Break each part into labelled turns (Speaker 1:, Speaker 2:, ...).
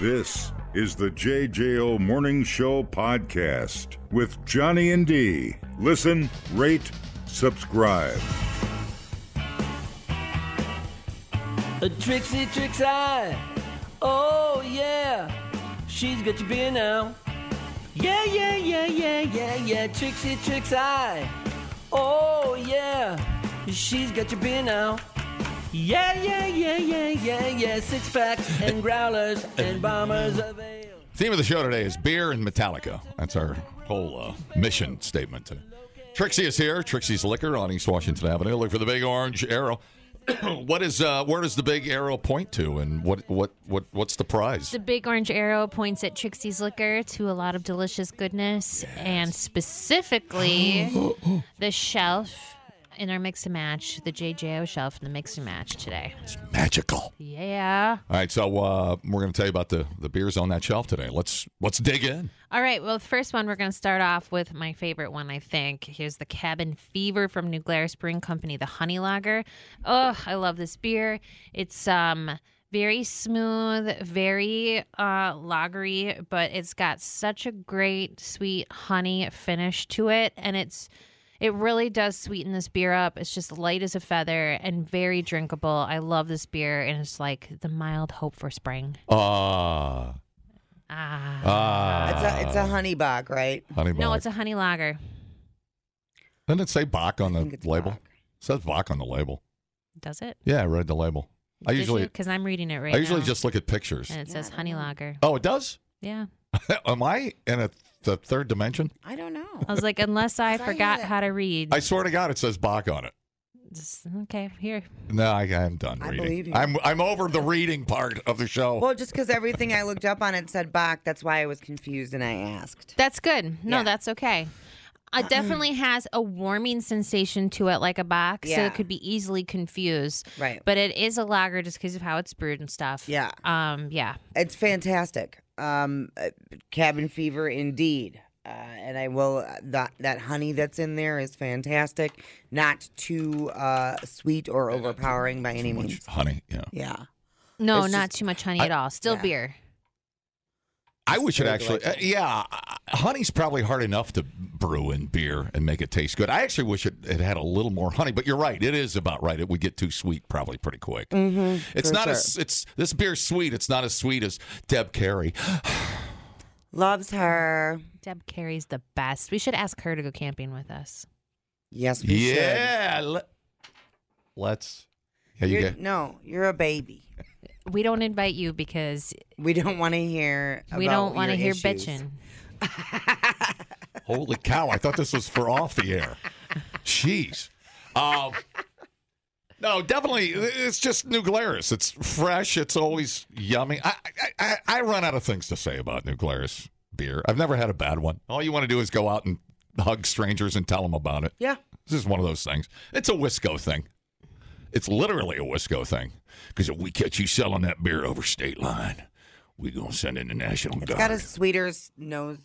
Speaker 1: This is the JJO Morning Show podcast with Johnny and D. Listen, rate, subscribe.
Speaker 2: A Trixie Trix Eye. Oh, yeah. She's got your beer now. Yeah, yeah, yeah, yeah, yeah, yeah. Trixie Trix Eye. Oh, yeah. She's got your beer now. Yeah, yeah, yeah, yeah, yeah, yeah. Six packs and growlers and bombers of ale.
Speaker 3: Theme of the show today is beer and Metallica. That's our whole uh, mission statement today. Trixie is here. Trixie's Liquor on East Washington Avenue. Look for the big orange arrow. what is uh, where does the big arrow point to, and what what what what's the prize?
Speaker 4: The big orange arrow points at Trixie's Liquor to a lot of delicious goodness and specifically the shelf in our mix and match, the JJO shelf in the mix and match today.
Speaker 3: It's magical.
Speaker 4: Yeah.
Speaker 3: All right, so uh, we're going to tell you about the the beers on that shelf today. Let's let's dig in.
Speaker 4: All right. Well, the first one we're going to start off with my favorite one, I think. Here's the Cabin Fever from New Glare Spring Company, the Honey Lager. Oh, I love this beer. It's um very smooth, very uh lagery, but it's got such a great sweet honey finish to it, and it's it really does sweeten this beer up. It's just light as a feather and very drinkable. I love this beer, and it's like the mild hope for spring.
Speaker 3: Ah
Speaker 4: Ah,
Speaker 3: ah.
Speaker 5: It's a, it's a honey bog, right?
Speaker 3: honey
Speaker 4: no,
Speaker 3: Bach.
Speaker 4: it's a honey lager.
Speaker 3: Doesn't it say Bach on the
Speaker 5: think it's
Speaker 3: label?
Speaker 5: Bach.
Speaker 3: It says Bach on the label.
Speaker 4: Does it?
Speaker 3: Yeah, I read the label. I usually
Speaker 4: because I'm reading it right.
Speaker 3: I usually
Speaker 4: now.
Speaker 3: just look at pictures.
Speaker 4: and it says honey lager.
Speaker 3: Oh, it does.
Speaker 4: Yeah,
Speaker 3: Am I in a the third dimension?
Speaker 5: I don't know.
Speaker 4: I was like, unless I
Speaker 5: 'Cause I had
Speaker 4: forgot
Speaker 5: it-
Speaker 4: how to read.
Speaker 3: I swear to God, it says Bach on it.
Speaker 4: Just- okay, here.
Speaker 3: No, I, I'm done
Speaker 5: I
Speaker 3: reading.
Speaker 5: believe you.
Speaker 3: I'm I'm over the reading part of the show.
Speaker 5: Well, just because everything I looked up on it said Bach, that's why I was confused and I asked.
Speaker 4: That's good. No,
Speaker 5: Yeah.
Speaker 4: that's okay. It definitely has a warming sensation to it, like a box, so
Speaker 5: Yeah.
Speaker 4: it could be easily confused.
Speaker 5: Right.
Speaker 4: But it is a lager just because of how it's brewed and stuff.
Speaker 5: Yeah.
Speaker 4: Um. Yeah.
Speaker 5: It's fantastic. Um, uh, cabin fever, indeed. Uh, and I will uh, that that honey that's in there is fantastic. Not too uh, sweet or overpowering by any means.
Speaker 3: Honey, yeah.
Speaker 5: Yeah.
Speaker 4: No,
Speaker 5: It's
Speaker 4: not
Speaker 5: just-
Speaker 4: too much honey
Speaker 3: I-
Speaker 4: at all. Still
Speaker 5: yeah.
Speaker 4: beer.
Speaker 3: I wish it
Speaker 5: very
Speaker 3: actually. Uh,
Speaker 5: delightful.
Speaker 3: yeah, uh, honey's probably hard enough to brew in beer and make it taste good. I actually wish it, it had a little more honey, but you're right. It is about right. It would get too sweet probably pretty quick.
Speaker 5: Mm-hmm.
Speaker 3: it's not as it's this beer's sweet. It's not as sweet as Deb Carey.
Speaker 5: Loves her.
Speaker 4: Deb Carey's the best. We should ask her to go camping with us.
Speaker 5: Yes, we should.
Speaker 3: yeah, le- let's. Yeah, you
Speaker 5: You're-
Speaker 3: get.
Speaker 5: No, you're a baby.
Speaker 4: We don't invite you because
Speaker 5: We don't want to hear.
Speaker 4: we
Speaker 5: about
Speaker 4: don't want to
Speaker 5: your
Speaker 4: hear
Speaker 5: issues.
Speaker 4: bitching.
Speaker 3: Holy cow! I thought this was for off the air. Jeez. Um, no, definitely. It's just New Glarus. It's fresh. It's always yummy. I, I- I I run out of things to say about New Glarus beer. I've never had a bad one. All you want to do is go out and hug strangers and tell them about it.
Speaker 5: Yeah.
Speaker 3: This is one of those things. It's a Wisco thing. It's literally a Wisco thing. Because if we catch you selling that beer over state line, we gonna send in the national
Speaker 5: It's
Speaker 3: guard.
Speaker 5: got a sweeter s- nose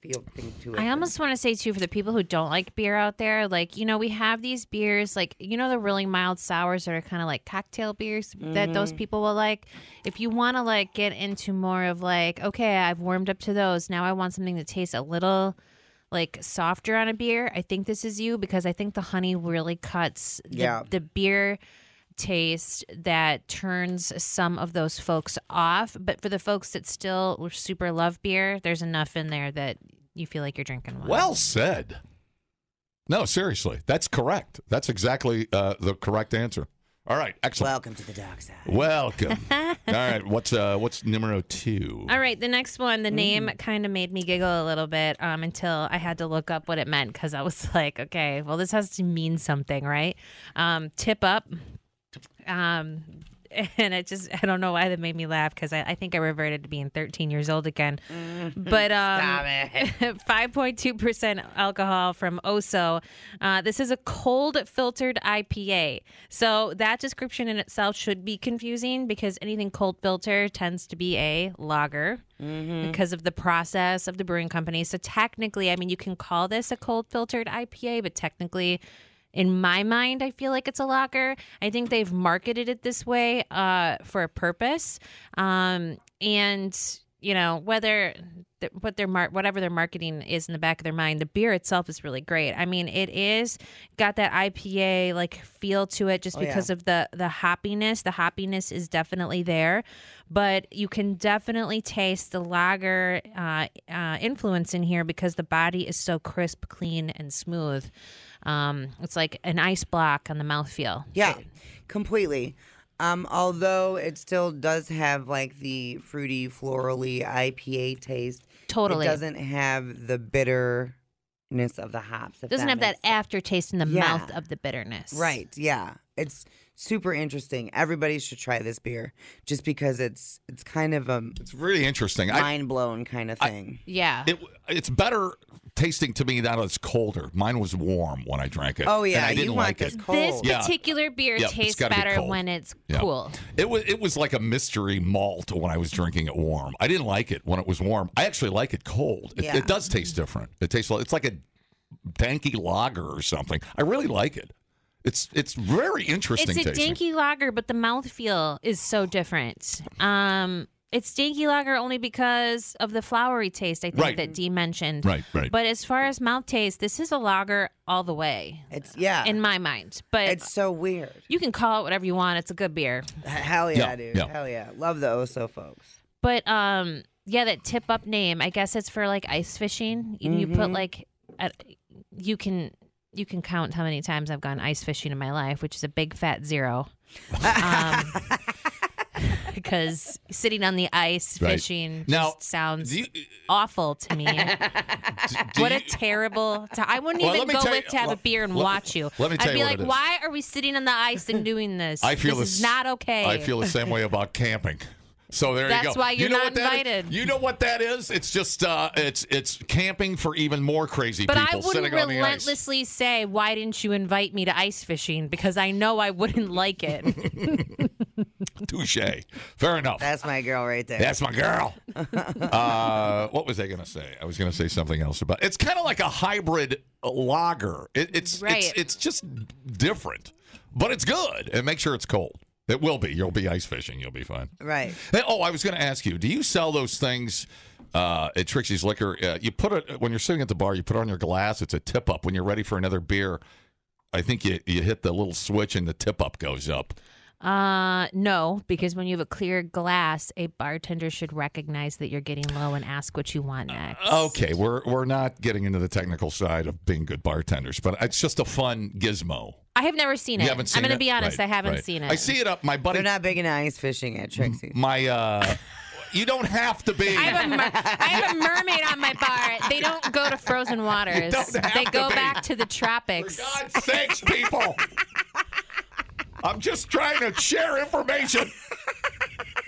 Speaker 5: feel thing to it.
Speaker 4: I almost want to say too for the people who don't like beer out there, like you know, we have these beers, like you know, the really mild sours that are kind of like cocktail beers that those people will like. If you want to like get into more of like, okay, I've warmed up to those. Now I want something that tastes a little like softer on a beer. I think this is you because I think the honey really cuts the,
Speaker 5: Yeah.
Speaker 4: the beer taste that turns some of those folks off. But for the folks that still super love beer, there's enough in there that you feel like you're drinking wine.
Speaker 3: Well said. No, seriously, that's correct. That's exactly uh, the correct answer. All right, excellent.
Speaker 5: Welcome to the dark side.
Speaker 3: Welcome. All right, what's uh, what's numero two?
Speaker 4: All right, the next one, the name kind of made me giggle a little bit um, until I had to look up what it meant because I was like, okay, well, this has to mean something, right? Um, tip up. Um, and it just, I don't know why that made me laugh because I, I think I reverted to being 13 years old again. But um,
Speaker 5: Mm-hmm. Stop it.
Speaker 4: 5.2% alcohol from Oso. Uh, this is a cold filtered IPA. So that description in itself should be confusing because anything cold filter tends to be a lager
Speaker 5: Mm-hmm.
Speaker 4: because of the process of the brewing company. So technically, I mean, you can call this a cold filtered IPA, but technically, in my mind, I feel like it's a lager. I think they've marketed it this way uh, for a purpose. Um, and you know whether th- what their mar- whatever their marketing is in the back of their mind, the beer itself is really great. I mean, it is got that IPA like feel to it, just
Speaker 5: yeah.
Speaker 4: because of the the hoppiness. The hoppiness is definitely there, but you can definitely taste the lager uh, uh, influence in here because the body is so crisp, clean, and smooth. Um, it's like an ice block on the mouthfeel.
Speaker 5: Yeah, completely. Um, although it still does have like the fruity, florally IPA taste.
Speaker 4: Totally.
Speaker 5: It doesn't have the bitterness of the hops. if
Speaker 4: Doesn't have that
Speaker 5: makes
Speaker 4: aftertaste in the
Speaker 5: Yeah.
Speaker 4: mouth of the bitterness.
Speaker 5: Right. Yeah. It's super interesting. Everybody should try this beer just because it's it's kind of a
Speaker 3: It's really interesting. I,
Speaker 5: mind blown kind of thing.
Speaker 4: Yeah.
Speaker 3: it, it's better tasting to me now it's colder. Mine was warm when I drank it.
Speaker 5: oh
Speaker 3: and
Speaker 5: yeah,
Speaker 3: I didn't
Speaker 5: you want
Speaker 3: like
Speaker 5: this
Speaker 3: it.
Speaker 4: this
Speaker 5: cold.
Speaker 3: Yeah.
Speaker 4: particular beer
Speaker 3: Yeah, it's
Speaker 4: tastes
Speaker 3: gotta be
Speaker 4: better
Speaker 3: cold.
Speaker 4: when it's
Speaker 3: Yeah.
Speaker 4: cool.
Speaker 3: It was it was like a mystery malt when I was drinking it warm. I didn't like it when it was warm. I actually like it cold. It,
Speaker 5: Yeah.
Speaker 3: it does taste different. It tastes like it's like a danky lager or something. I really like it. It's it's very interesting.
Speaker 4: It's a
Speaker 3: tasting.
Speaker 4: dinky lager, but the mouthfeel is so different. Um, it's dinky lager only because of the flowery taste I think
Speaker 3: Right.
Speaker 4: that Dee mentioned.
Speaker 3: Right, right.
Speaker 4: But as far as mouth taste, this is a lager all the way
Speaker 5: It's yeah.
Speaker 4: in my mind. But
Speaker 5: it's so weird.
Speaker 4: you can call it whatever you want. It's a good beer.
Speaker 5: H- Hell yeah,
Speaker 3: Yeah,
Speaker 5: dude.
Speaker 3: yeah.
Speaker 5: Hell yeah. Love the Oso folks.
Speaker 4: But um, yeah, that tip up name. I guess it's for like ice fishing. You, you put like, at, you can you can count how many times I've gone ice fishing in my life, which is a big fat zero. Um, because sitting on the ice
Speaker 3: Right.
Speaker 4: fishing
Speaker 3: Now,
Speaker 4: just sounds
Speaker 3: do you-
Speaker 4: awful to me.
Speaker 3: Do
Speaker 4: what
Speaker 3: you-
Speaker 4: a terrible time! I wouldn't
Speaker 3: Well, let
Speaker 4: even
Speaker 3: me
Speaker 4: go
Speaker 3: tell
Speaker 4: with
Speaker 3: you-
Speaker 4: to have a
Speaker 3: let-
Speaker 4: beer and
Speaker 3: let-
Speaker 4: watch you.
Speaker 3: let me tell
Speaker 4: I'd
Speaker 3: you
Speaker 4: be
Speaker 3: what
Speaker 4: like,
Speaker 3: it is.
Speaker 4: why are we sitting on the ice and doing this?
Speaker 3: I feel
Speaker 4: this is
Speaker 3: this-
Speaker 4: not okay.
Speaker 3: I feel the same way about camping. So there you go.
Speaker 4: That's why you're
Speaker 3: you know
Speaker 4: not
Speaker 3: what that is?
Speaker 4: invited.
Speaker 3: You know what that is? It's just uh, it's it's camping for even more crazy
Speaker 4: But I
Speaker 3: people
Speaker 4: wouldn't
Speaker 3: sitting on the ice.
Speaker 4: relentlessly say, "Why didn't you invite me to ice fishing?" Because I know I wouldn't like it.
Speaker 3: Touche. Fair enough.
Speaker 5: That's my girl right there.
Speaker 3: That's my girl. uh, what was I going to say? I was going to say something else about. It's kind of like a hybrid lager. It, it's,
Speaker 4: Right.
Speaker 3: it's it's just different, but it's good. And make sure it's cold. It will be. You'll be ice fishing. You'll be fine.
Speaker 5: right.
Speaker 3: Hey, oh, I was going to ask you. Do you sell those things uh, at Trixie's Liquor? Uh, you put it when you're sitting at the bar. You put it on your glass. It's a tip up. When you're ready for another beer, I think you you hit the little switch and the tip up goes up.
Speaker 4: uh, no, because when you have a clear glass, a bartender should recognize that you're getting low and ask what you
Speaker 3: Uh,
Speaker 4: want next.
Speaker 3: Okay, we're we're not getting into the technical side of being good bartenders, but it's just a fun gizmo.
Speaker 4: I have never seen it.
Speaker 3: You haven't seen
Speaker 4: I'm gonna
Speaker 3: it?
Speaker 4: be honest,
Speaker 3: Right,
Speaker 4: I haven't
Speaker 3: right.
Speaker 4: seen it.
Speaker 3: I see it up my buddy.
Speaker 5: They're not big into ice fishing at Trixie.
Speaker 3: my uh, you don't have to be.
Speaker 4: I have, a mer- I have a mermaid on my bar. They don't go to frozen waters.
Speaker 3: don't have
Speaker 4: They
Speaker 3: to
Speaker 4: go
Speaker 3: be.
Speaker 4: back to the tropics.
Speaker 3: For God's sakes, people! I'm just trying to share information.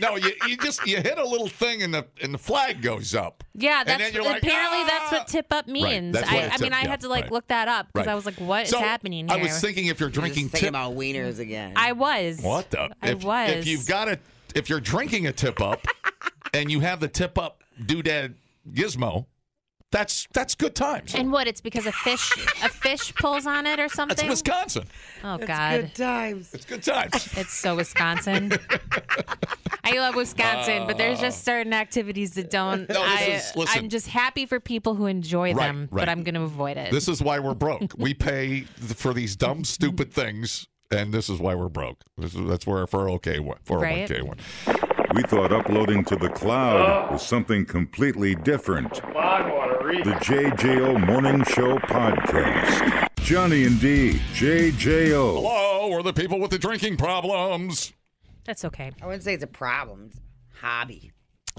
Speaker 3: No, you, you just you hit a little thing and the and the flag goes up.
Speaker 4: Yeah,
Speaker 3: And
Speaker 4: that's
Speaker 3: then you're like,
Speaker 4: apparently
Speaker 3: "Ah!"
Speaker 4: that's what tip up means.
Speaker 3: that's
Speaker 4: I,
Speaker 3: what a
Speaker 4: I mean,
Speaker 3: tip-
Speaker 4: I
Speaker 3: yeah,
Speaker 4: had to like
Speaker 3: right.
Speaker 4: look that up because
Speaker 3: Right.
Speaker 4: I was like, "What is
Speaker 3: So,
Speaker 4: happening here?"
Speaker 3: I was thinking if you're drinking
Speaker 5: Just thinking
Speaker 3: tip
Speaker 5: about wieners again.
Speaker 4: I was.
Speaker 3: What the?
Speaker 4: I
Speaker 3: if,
Speaker 4: was.
Speaker 3: If you've got a, if you're drinking a tip up, and you have the tip up doodad gizmo, that's that's good times.
Speaker 4: And what? It's because a fish a fish pulls on it or
Speaker 3: that's
Speaker 4: something.
Speaker 3: Wisconsin.
Speaker 4: oh God,
Speaker 5: Good times.
Speaker 3: It's good times.
Speaker 4: it's so Wisconsin. I love Wisconsin, but there's just certain activities that don't.
Speaker 3: Uh. No, this
Speaker 4: I,
Speaker 3: is- listen.
Speaker 4: I'm just happy for people who enjoy
Speaker 3: Right,
Speaker 4: them,
Speaker 3: right.
Speaker 4: but I'm going to avoid it.
Speaker 3: this is why we're broke. We pay th- for these dumb, stupid things, and this is why we're broke. This is, that's where our 401k went. 401k went.
Speaker 1: We thought uploading to the cloud was something completely different. The JJO Morning Show Podcast. Johnny and Dee, JJO.
Speaker 3: Hello, we're the people with the drinking problems.
Speaker 4: That's okay.
Speaker 5: I wouldn't say it's a problem. It's a hobby.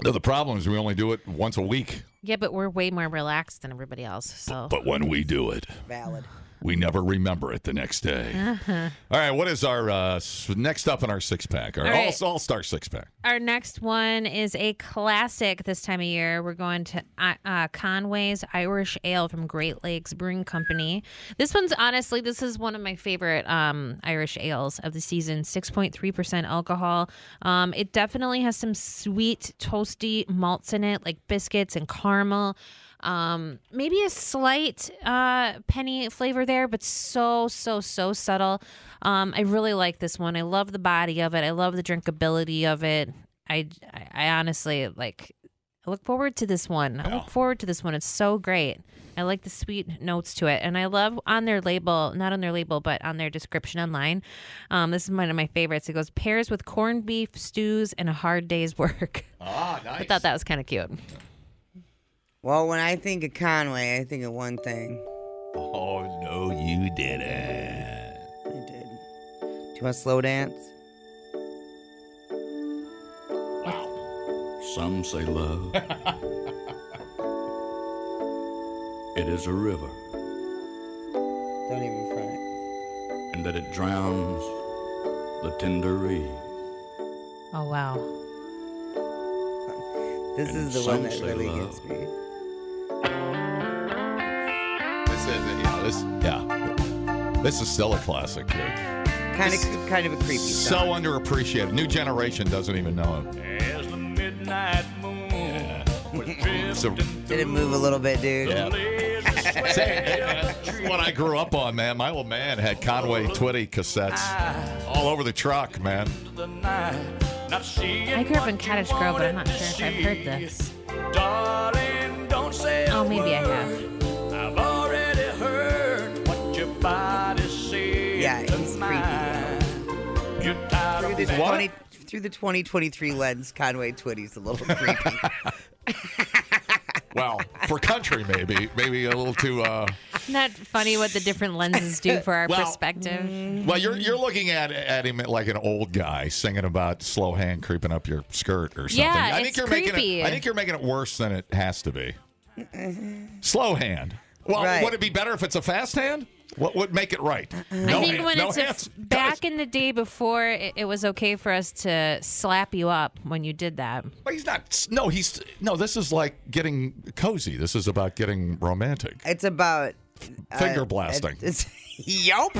Speaker 3: No, the problem is we only do it once a week,
Speaker 4: Yeah, but we're way more relaxed than everybody else. So
Speaker 3: but when we do it,
Speaker 5: Valid.
Speaker 3: We never remember it the next day.
Speaker 4: Uh-huh.
Speaker 3: All right, what is our uh, s- next up in our six pack? Our
Speaker 4: All
Speaker 3: all
Speaker 4: right.
Speaker 3: all star six pack.
Speaker 4: Our next one is a classic this time of year. We're going to uh, uh, Conway's Irish Ale from Great Lakes Brewing Company. This one's honestly, this is one of my favorite um, Irish ales of the season. Six point three percent alcohol. Um, it definitely has some sweet, toasty malts in it, like biscuits and caramel. Um, maybe a slight uh, penny flavor there, but so, so, so subtle. Um, I really like this one. I love the body of it. I love the drinkability of it. I, I, I honestly like. I look forward to this one. I look forward to this one. It's so great. I like the sweet notes to it, and I love on their label, not on their label, but on their description online. Um, this is one of my favorites. It goes pairs with corned beef stews and a hard day's work.
Speaker 3: Ah, nice.
Speaker 4: I thought that was kind of cute.
Speaker 5: Well, when I think of Conway, I think of one thing.
Speaker 3: Oh no, you didn't.
Speaker 5: I did. Do you want to slow dance?
Speaker 6: Some say love. it is a river,
Speaker 5: Don't even front it.
Speaker 6: and that it drowns the tender reed.
Speaker 4: Oh wow.
Speaker 5: This
Speaker 6: And
Speaker 5: is the one
Speaker 6: some
Speaker 5: that
Speaker 6: say
Speaker 5: really
Speaker 6: love.
Speaker 5: gets me.
Speaker 3: This is yeah, this yeah. This is still a classic. Dude.
Speaker 5: Kind of, kind of a creepy.
Speaker 3: So
Speaker 5: song.
Speaker 3: underappreciated. New generation doesn't even know it.
Speaker 7: As the midnight moon was
Speaker 3: So-
Speaker 7: drifting
Speaker 5: Did it move a little bit, dude?
Speaker 3: Yeah. That's what I grew up on, man. My old man had Conway Twitty
Speaker 7: Ah.
Speaker 3: cassettes all over the truck, man.
Speaker 7: through the night, not seeing
Speaker 4: I grew up in
Speaker 7: what you
Speaker 4: Cottage Grove, but I'm not
Speaker 7: wanted to
Speaker 4: sure if I've heard
Speaker 7: see.
Speaker 4: this.
Speaker 7: Darling, don't say
Speaker 4: Oh,
Speaker 7: a
Speaker 4: maybe I
Speaker 7: word. I've already heard what your body said
Speaker 5: Yeah, he's creepy, though.
Speaker 7: tonight. You're tired
Speaker 5: Through
Speaker 7: of
Speaker 5: the,
Speaker 7: that
Speaker 5: 20, through the 2023 lens, Conway Twitty's a little creepy.
Speaker 3: Well, for country, maybe. Maybe a little too. Uh,
Speaker 4: Isn't that funny what the different lenses do for our
Speaker 3: Well- mm,
Speaker 4: perspective?
Speaker 3: well, you're you're looking at at him like an old guy singing about slow hand creeping up your skirt or something.
Speaker 4: Yeah,
Speaker 3: I think
Speaker 4: it's
Speaker 3: you're making
Speaker 4: creepy.
Speaker 3: it. I think you're making it worse than it has to be. Slow hand. Well,
Speaker 5: Right.
Speaker 3: would it be better if it's a fast hand? What would make it right? No
Speaker 4: I think
Speaker 3: hand-
Speaker 4: when
Speaker 3: no
Speaker 4: it's a-
Speaker 3: hands.
Speaker 4: back in the day before it, it was okay for us to slap you up when you did that.
Speaker 3: But he's not. No, he's no. This is like getting cozy. This is about getting romantic.
Speaker 5: it's about
Speaker 3: Finger blasting.
Speaker 5: It's, yup.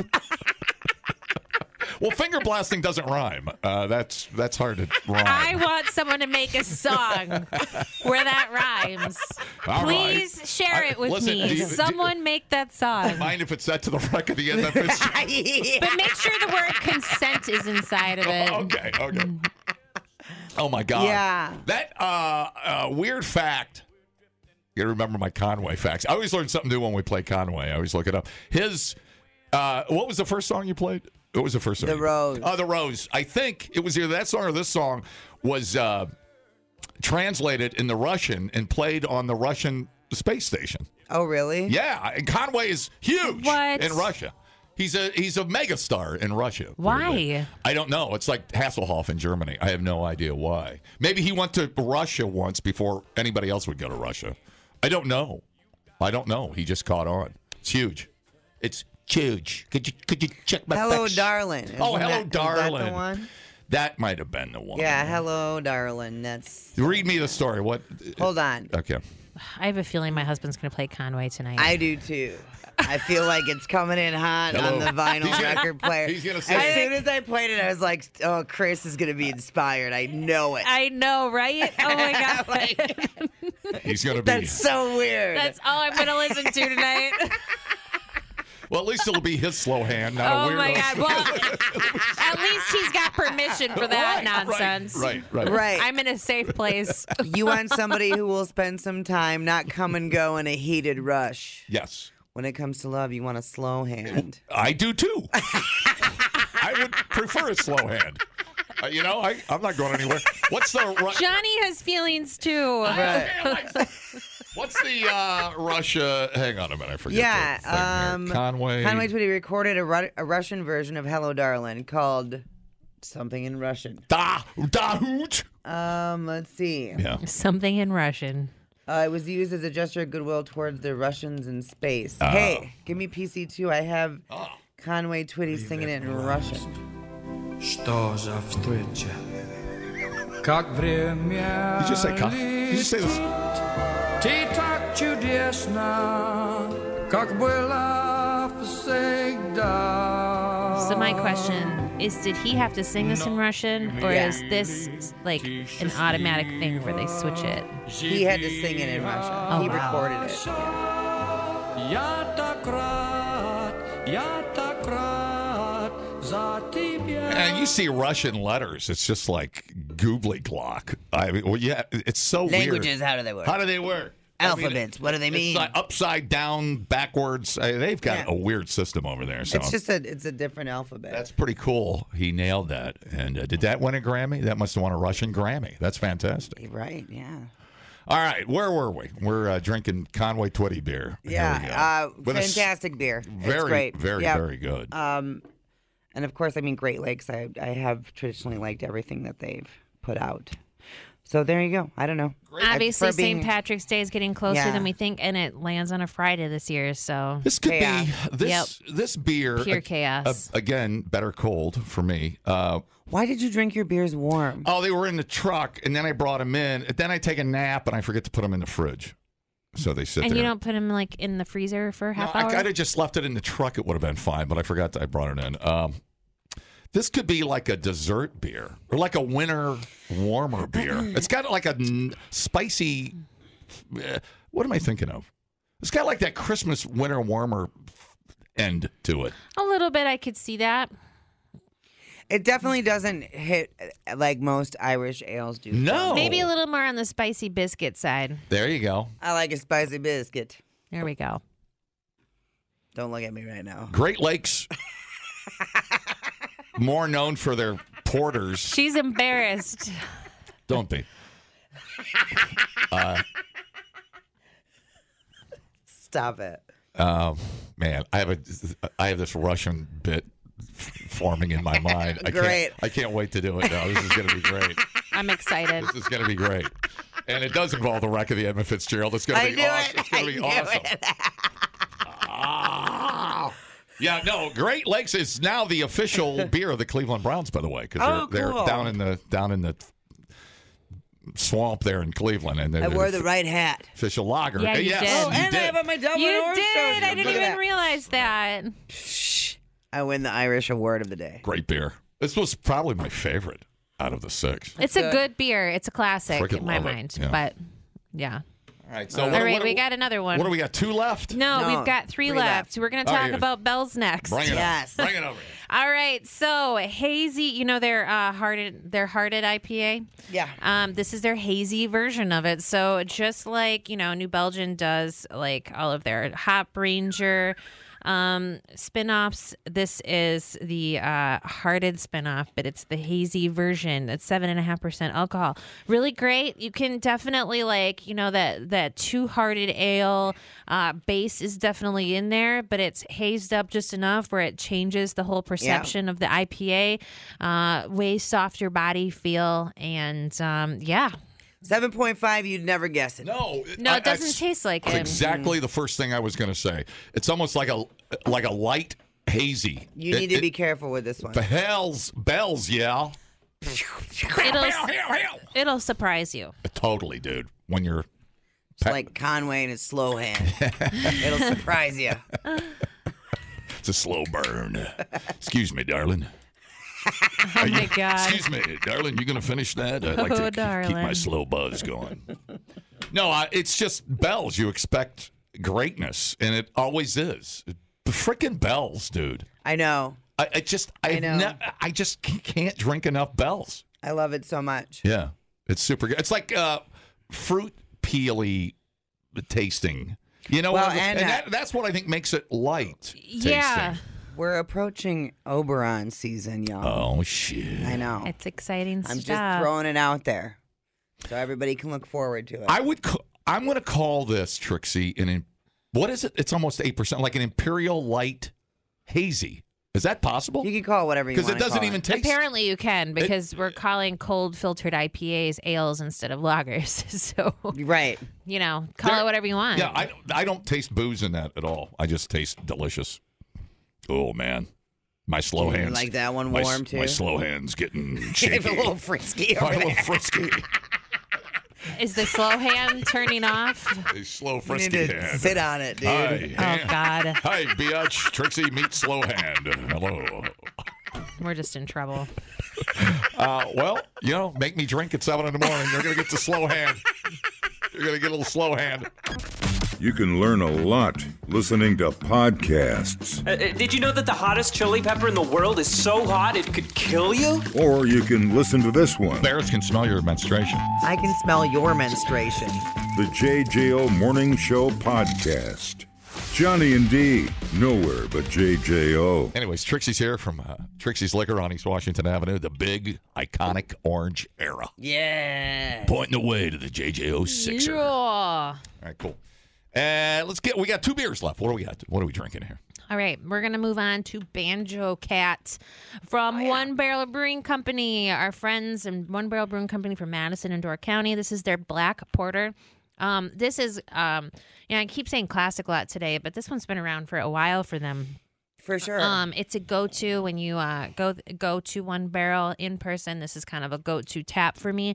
Speaker 3: well, finger blasting doesn't rhyme. Uh, that's that's hard to
Speaker 4: I
Speaker 3: rhyme.
Speaker 4: want someone to make a song where that rhymes.
Speaker 3: All
Speaker 4: Please
Speaker 3: right.
Speaker 4: share
Speaker 3: I-
Speaker 4: it with
Speaker 3: listen,
Speaker 4: me.
Speaker 3: do you- do-
Speaker 4: someone make that song.
Speaker 3: Mind if it's set to the wreck of the end? It's,
Speaker 5: yeah.
Speaker 4: But make sure the word consent is inside of it.
Speaker 3: okay, okay. Oh my God.
Speaker 5: Yeah.
Speaker 3: That uh, uh, weird fact. You gotta remember my Conway facts. I always learn something new when we play Conway. I always look it up. His. Uh, what was the first song you played? What was the first song?
Speaker 5: The
Speaker 3: you played?
Speaker 5: Rose.
Speaker 3: Oh, the Rose. I think it was either that song or this song was uh, translated in the Russian and played on the Russian space station.
Speaker 5: Oh, really?
Speaker 3: Yeah, and Conway is huge
Speaker 4: What?
Speaker 3: in Russia. He's a he's a megastar in Russia.
Speaker 4: Why?
Speaker 3: I don't know. It's like Hasselhoff in Germany. I have no idea why. Maybe he went to Russia once before anybody else would go to Russia. I don't know. I don't know. He just caught on. It's huge. It's huge. Could you could you check my
Speaker 5: Hello,
Speaker 3: facts?
Speaker 5: darling. Isn't
Speaker 3: Oh,
Speaker 5: that-
Speaker 3: hello,
Speaker 5: is that the
Speaker 3: darling. Mm-hmm.
Speaker 5: one?
Speaker 3: That might have been the one.
Speaker 5: Yeah, hello, darling. That's
Speaker 3: Read me the story. What?
Speaker 5: hold on.
Speaker 3: Okay.
Speaker 4: I have a feeling my husband's going to play Conway tonight.
Speaker 5: I do too. I feel like it's coming in hot
Speaker 3: Hello.
Speaker 5: on the vinyl
Speaker 3: He's gonna-
Speaker 5: record player.
Speaker 3: he's gonna
Speaker 5: as
Speaker 3: say-
Speaker 5: soon as I played it, I was like, "Oh, Chris is gonna be inspired. I know it."
Speaker 4: I know, right? Oh my god,
Speaker 3: He's gonna be.
Speaker 5: That's so weird.
Speaker 4: that's all I'm gonna listen to tonight.
Speaker 3: well, at least it'll be his slow hand, not
Speaker 4: Oh
Speaker 3: a weirdo.
Speaker 4: my god. Well, at least he's got permission for that
Speaker 3: Right,
Speaker 4: nonsense.
Speaker 3: Right. Right. right.
Speaker 5: right.
Speaker 4: I'm in a safe place.
Speaker 5: you want somebody who will spend some time, not come and go in a heated rush.
Speaker 3: Yes.
Speaker 5: When it comes to love, you want a slow hand.
Speaker 3: I do too. I would prefer a slow hand. Uh, you know, I, I'm not going anywhere. What's the Ru-
Speaker 4: Johnny has feelings too.
Speaker 3: What's the uh, Russia? Hang on a minute, I forget.
Speaker 5: Yeah,
Speaker 3: the thing here.
Speaker 5: um,
Speaker 3: Conway.
Speaker 5: Conway Twitty recorded a, Ru- a Russian version of "Hello, Darling" called something in Russian.
Speaker 3: Da da hoot.
Speaker 5: Um, let's see.
Speaker 3: Yeah.
Speaker 4: Something in Russian.
Speaker 5: Uh, it was used as a gesture of goodwill towards the Russians in space.
Speaker 3: Uh,
Speaker 5: hey, give me PC two. I have
Speaker 3: Oh.
Speaker 5: Conway Twitty singing it in Russian.
Speaker 8: Что за встреча? Как время
Speaker 3: Did you say Con- Did you say this?
Speaker 8: Ты так чудесна, как была всегда.
Speaker 4: Oh. So my question is did he have to sing this in Russian, or is this like an automatic thing where they switch it?
Speaker 5: He had to sing it in Russian.
Speaker 4: Oh,
Speaker 5: he
Speaker 4: wow.
Speaker 5: recorded it. yeah.
Speaker 8: Я так рад, я так рад за тебя.
Speaker 3: And Uh, you see Russian letters, it's just like goobly glock. I mean, well, yeah, it's so
Speaker 5: Languages,
Speaker 3: weird.
Speaker 5: how do they work?
Speaker 3: How do they work?
Speaker 5: Alphabets, what do they
Speaker 3: it's
Speaker 5: mean?
Speaker 3: like upside down, backwards. Uh, They've got
Speaker 5: Yeah.
Speaker 3: a weird system over there. So
Speaker 5: it's just a it's a different alphabet.
Speaker 3: that's pretty cool. He nailed that. And uh, did that win a Grammy? That must have won a Russian Grammy. That's fantastic.
Speaker 5: right. Yeah.
Speaker 3: All right, where were we? We're uh, drinking Conway Twitty beer. Here we go.
Speaker 5: Yeah. Uh,
Speaker 3: With a s-
Speaker 5: fantastic beer.
Speaker 3: Very,
Speaker 5: it's great.
Speaker 3: very,
Speaker 5: Yep.
Speaker 3: very good.
Speaker 5: Um, and of course, I mean Great Lakes. I I have traditionally liked everything that they've put out. So there you go. I don't know.
Speaker 4: Obviously,
Speaker 5: for being-
Speaker 4: St. Patrick's Day is getting closer
Speaker 5: Yeah.
Speaker 4: than we think, and it lands on a Friday this year. So
Speaker 3: This could
Speaker 5: Chaos.
Speaker 3: be this this beer.
Speaker 4: Pure
Speaker 3: ag-
Speaker 4: chaos.
Speaker 3: ag- again, better cold for me. Uh,
Speaker 5: Why did you drink your beers warm?
Speaker 3: oh, they were in the truck, and then I brought them in. Then I take a nap, and I forget to put them in the fridge. So they sit
Speaker 4: and
Speaker 3: there.
Speaker 4: you don't put him like in the freezer for
Speaker 3: No,
Speaker 4: half
Speaker 3: I
Speaker 4: hour.
Speaker 3: could have just left it in the truck. It would have been fine, but I forgot that I brought it in. Um, this could be like a dessert beer or like a winter warmer beer.
Speaker 4: Mm.
Speaker 3: It's got like a n- spicy. eh, What am I thinking of? It's got like that Christmas winter warmer end to it.
Speaker 4: a little bit, I could see that.
Speaker 5: It definitely doesn't hit uh, like most Irish ales do.
Speaker 3: No.
Speaker 4: Maybe a little more on the spicy biscuit side.
Speaker 3: There you go.
Speaker 5: I like a spicy biscuit.
Speaker 4: There we go.
Speaker 5: Don't look at me right now.
Speaker 3: Great Lakes, more known for their porters,
Speaker 4: She's embarrassed.
Speaker 3: don't they?
Speaker 5: Stop it.
Speaker 3: Um, man, I have a, I have this Russian bit forming in my mind. I
Speaker 5: Great.
Speaker 3: Can't, I can't wait to do it. Now this is going to be great.
Speaker 4: I'm excited.
Speaker 3: This is going to be great. And it does involve the wreck of the Edmund Fitzgerald. It's going
Speaker 5: I
Speaker 3: to
Speaker 5: knew
Speaker 3: be awesome.
Speaker 5: it.
Speaker 3: It's going to be
Speaker 5: I knew
Speaker 3: awesome.
Speaker 5: it.
Speaker 3: Ah. Yeah, no. Great Lakes is now the official beer of the Cleveland Browns, by the way, because
Speaker 5: Oh,
Speaker 3: they're,
Speaker 5: cool.
Speaker 3: they're down in the down in the swamp there in Cleveland, and they're
Speaker 5: I wore the
Speaker 3: the
Speaker 5: right hat.
Speaker 3: official lager.
Speaker 4: Yeah, you
Speaker 3: yes,
Speaker 4: did. Oh,
Speaker 3: you
Speaker 5: and I have on my Dublin
Speaker 4: you
Speaker 5: orange
Speaker 4: did.
Speaker 5: shirt.
Speaker 4: I didn't
Speaker 5: Look at
Speaker 4: even
Speaker 5: that.
Speaker 4: realize that.
Speaker 5: I win the Irish award of the day.
Speaker 3: Great beer. This was probably my favorite out of the six.
Speaker 4: It's a good beer. It's a classic
Speaker 3: Freaking
Speaker 4: in my
Speaker 3: love it.
Speaker 4: mind.
Speaker 3: Yeah.
Speaker 4: But yeah.
Speaker 3: All right, so
Speaker 4: All right, we got another one.
Speaker 3: What do we got? Two left.
Speaker 4: No,
Speaker 5: No,
Speaker 4: we've got three,
Speaker 5: three
Speaker 4: left.
Speaker 5: left.
Speaker 4: We're going to
Speaker 3: All
Speaker 4: talk
Speaker 3: right.
Speaker 4: about bells next.
Speaker 3: Bring it
Speaker 5: Yes.
Speaker 3: up. Bring it over.
Speaker 4: All right. So hazy, you know their uh, hearted, their hearted IPA.
Speaker 5: Yeah.
Speaker 4: Um, this is their hazy version of it. So just like you know, New Belgian does like all of their Hop Ranger um spin-offs this is the uh hearted spin-off but it's the hazy version it's seven and a half percent alcohol really great you can definitely like you know that that two-hearted ale uh base is definitely in there but it's hazed up just enough where it changes the whole perception of the ipa uh way softer body feel and um yeah
Speaker 5: 7.5, you'd never guess it.
Speaker 3: No,
Speaker 4: no
Speaker 3: I-
Speaker 4: it doesn't
Speaker 3: it's-
Speaker 4: taste like
Speaker 3: it's
Speaker 4: it
Speaker 3: exactly the first thing I was going to say. It's almost like a like a light hazy.
Speaker 5: You
Speaker 3: It-
Speaker 5: need to
Speaker 3: it-
Speaker 5: be careful with this one.
Speaker 3: the hell's bells, yeah.
Speaker 4: it'll it'll surprise you
Speaker 3: Totally, dude. When you're
Speaker 5: It's like Conway and his slow hand. It'll surprise you.
Speaker 3: it's a slow burn. Excuse me, darling.
Speaker 4: oh my god
Speaker 3: Excuse me, darling. You gonna finish that? I'd like to k-
Speaker 4: Oh,
Speaker 3: keep my
Speaker 4: darling.
Speaker 3: slow buzz going. no, uh, it's just bells. You expect greatness, and it always is. The frickin' bells, dude.
Speaker 5: I know.
Speaker 3: I, I just, I,
Speaker 5: know.
Speaker 3: ne- I just c- can't drink enough bells.
Speaker 5: I love it so much.
Speaker 3: Yeah, it's super good. It's like uh, fruit peely tasting. You know,
Speaker 5: Well,
Speaker 3: what I'm-
Speaker 5: and, uh,
Speaker 3: that, that's what I think makes it light.
Speaker 4: Yeah.
Speaker 3: tasting.
Speaker 5: We're approaching Oberon season, y'all.
Speaker 3: Oh shit.
Speaker 5: I know.
Speaker 4: It's exciting
Speaker 5: I'm
Speaker 4: stuff.
Speaker 5: just throwing it out there so everybody can look forward to it.
Speaker 3: I would. ca- I'm going to call this Trixie an. im- What is it? It's almost eight percent, like an imperial light hazy. Is that possible?
Speaker 5: you can call it whatever you
Speaker 3: Because
Speaker 5: want.
Speaker 3: it doesn't even taste. uh,
Speaker 4: Apparently, you can because we're calling cold filtered IPAs ales instead of lagers. so
Speaker 5: Right.
Speaker 4: you know, call it whatever you want.
Speaker 3: yeah, I don't- I don't taste booze in that at all. I just taste delicious. Oh man, my slow
Speaker 5: You
Speaker 3: hands
Speaker 5: like that one
Speaker 3: my s-
Speaker 5: warm, too?
Speaker 3: My slow hands getting
Speaker 5: Give
Speaker 3: shaky.
Speaker 5: it a little frisky
Speaker 3: I'm
Speaker 5: over
Speaker 3: a little
Speaker 5: there.
Speaker 3: frisky.
Speaker 4: Is the slow hand turning off?
Speaker 3: A slow
Speaker 5: You need
Speaker 3: frisky
Speaker 5: to
Speaker 3: hand.
Speaker 5: sit on it, dude.
Speaker 3: Hi,
Speaker 4: Oh
Speaker 3: hand.
Speaker 4: God.
Speaker 3: Hi, Biatch. Trixie meet slow hand. Hello.
Speaker 4: We're just in trouble.
Speaker 3: Uh, well, you know, make me drink at seven in the morning. You're gonna get the slow hand. You're gonna get a little slow hand.
Speaker 1: You can learn a lot listening to podcasts,
Speaker 9: Uh, uh, did you know that the hottest chili pepper in the world is so hot it could kill you?
Speaker 1: or you can listen to this one.
Speaker 3: Bears can smell your menstruation.
Speaker 5: I can smell your menstruation.
Speaker 1: The JJO Morning Show Podcast. Johnny and Dee, nowhere but JJO.
Speaker 3: Anyways, Trixie's here from uh, Trixie's Liquor on East Washington Avenue, the big, iconic orange era.
Speaker 5: Yeah.
Speaker 3: Pointing the way to the JJO Sixer. All
Speaker 4: Yeah.
Speaker 3: right, cool. Uh, let's get. We got two beers left. What do we got? What are we drinking here?
Speaker 4: All right, we're gonna move on to Banjo Cat
Speaker 3: Oh,
Speaker 4: from One Barrel Brewing Company. Our friends and One Barrel Brewing Company from Madison and Door County. This is their black porter. Um, this is, um, you know, I keep saying classic a lot today, but this one's been around for a while for them.
Speaker 5: For sure.
Speaker 4: Um, it's a go-to when you uh, go go to One Barrel in person. This is kind of a go-to tap for me.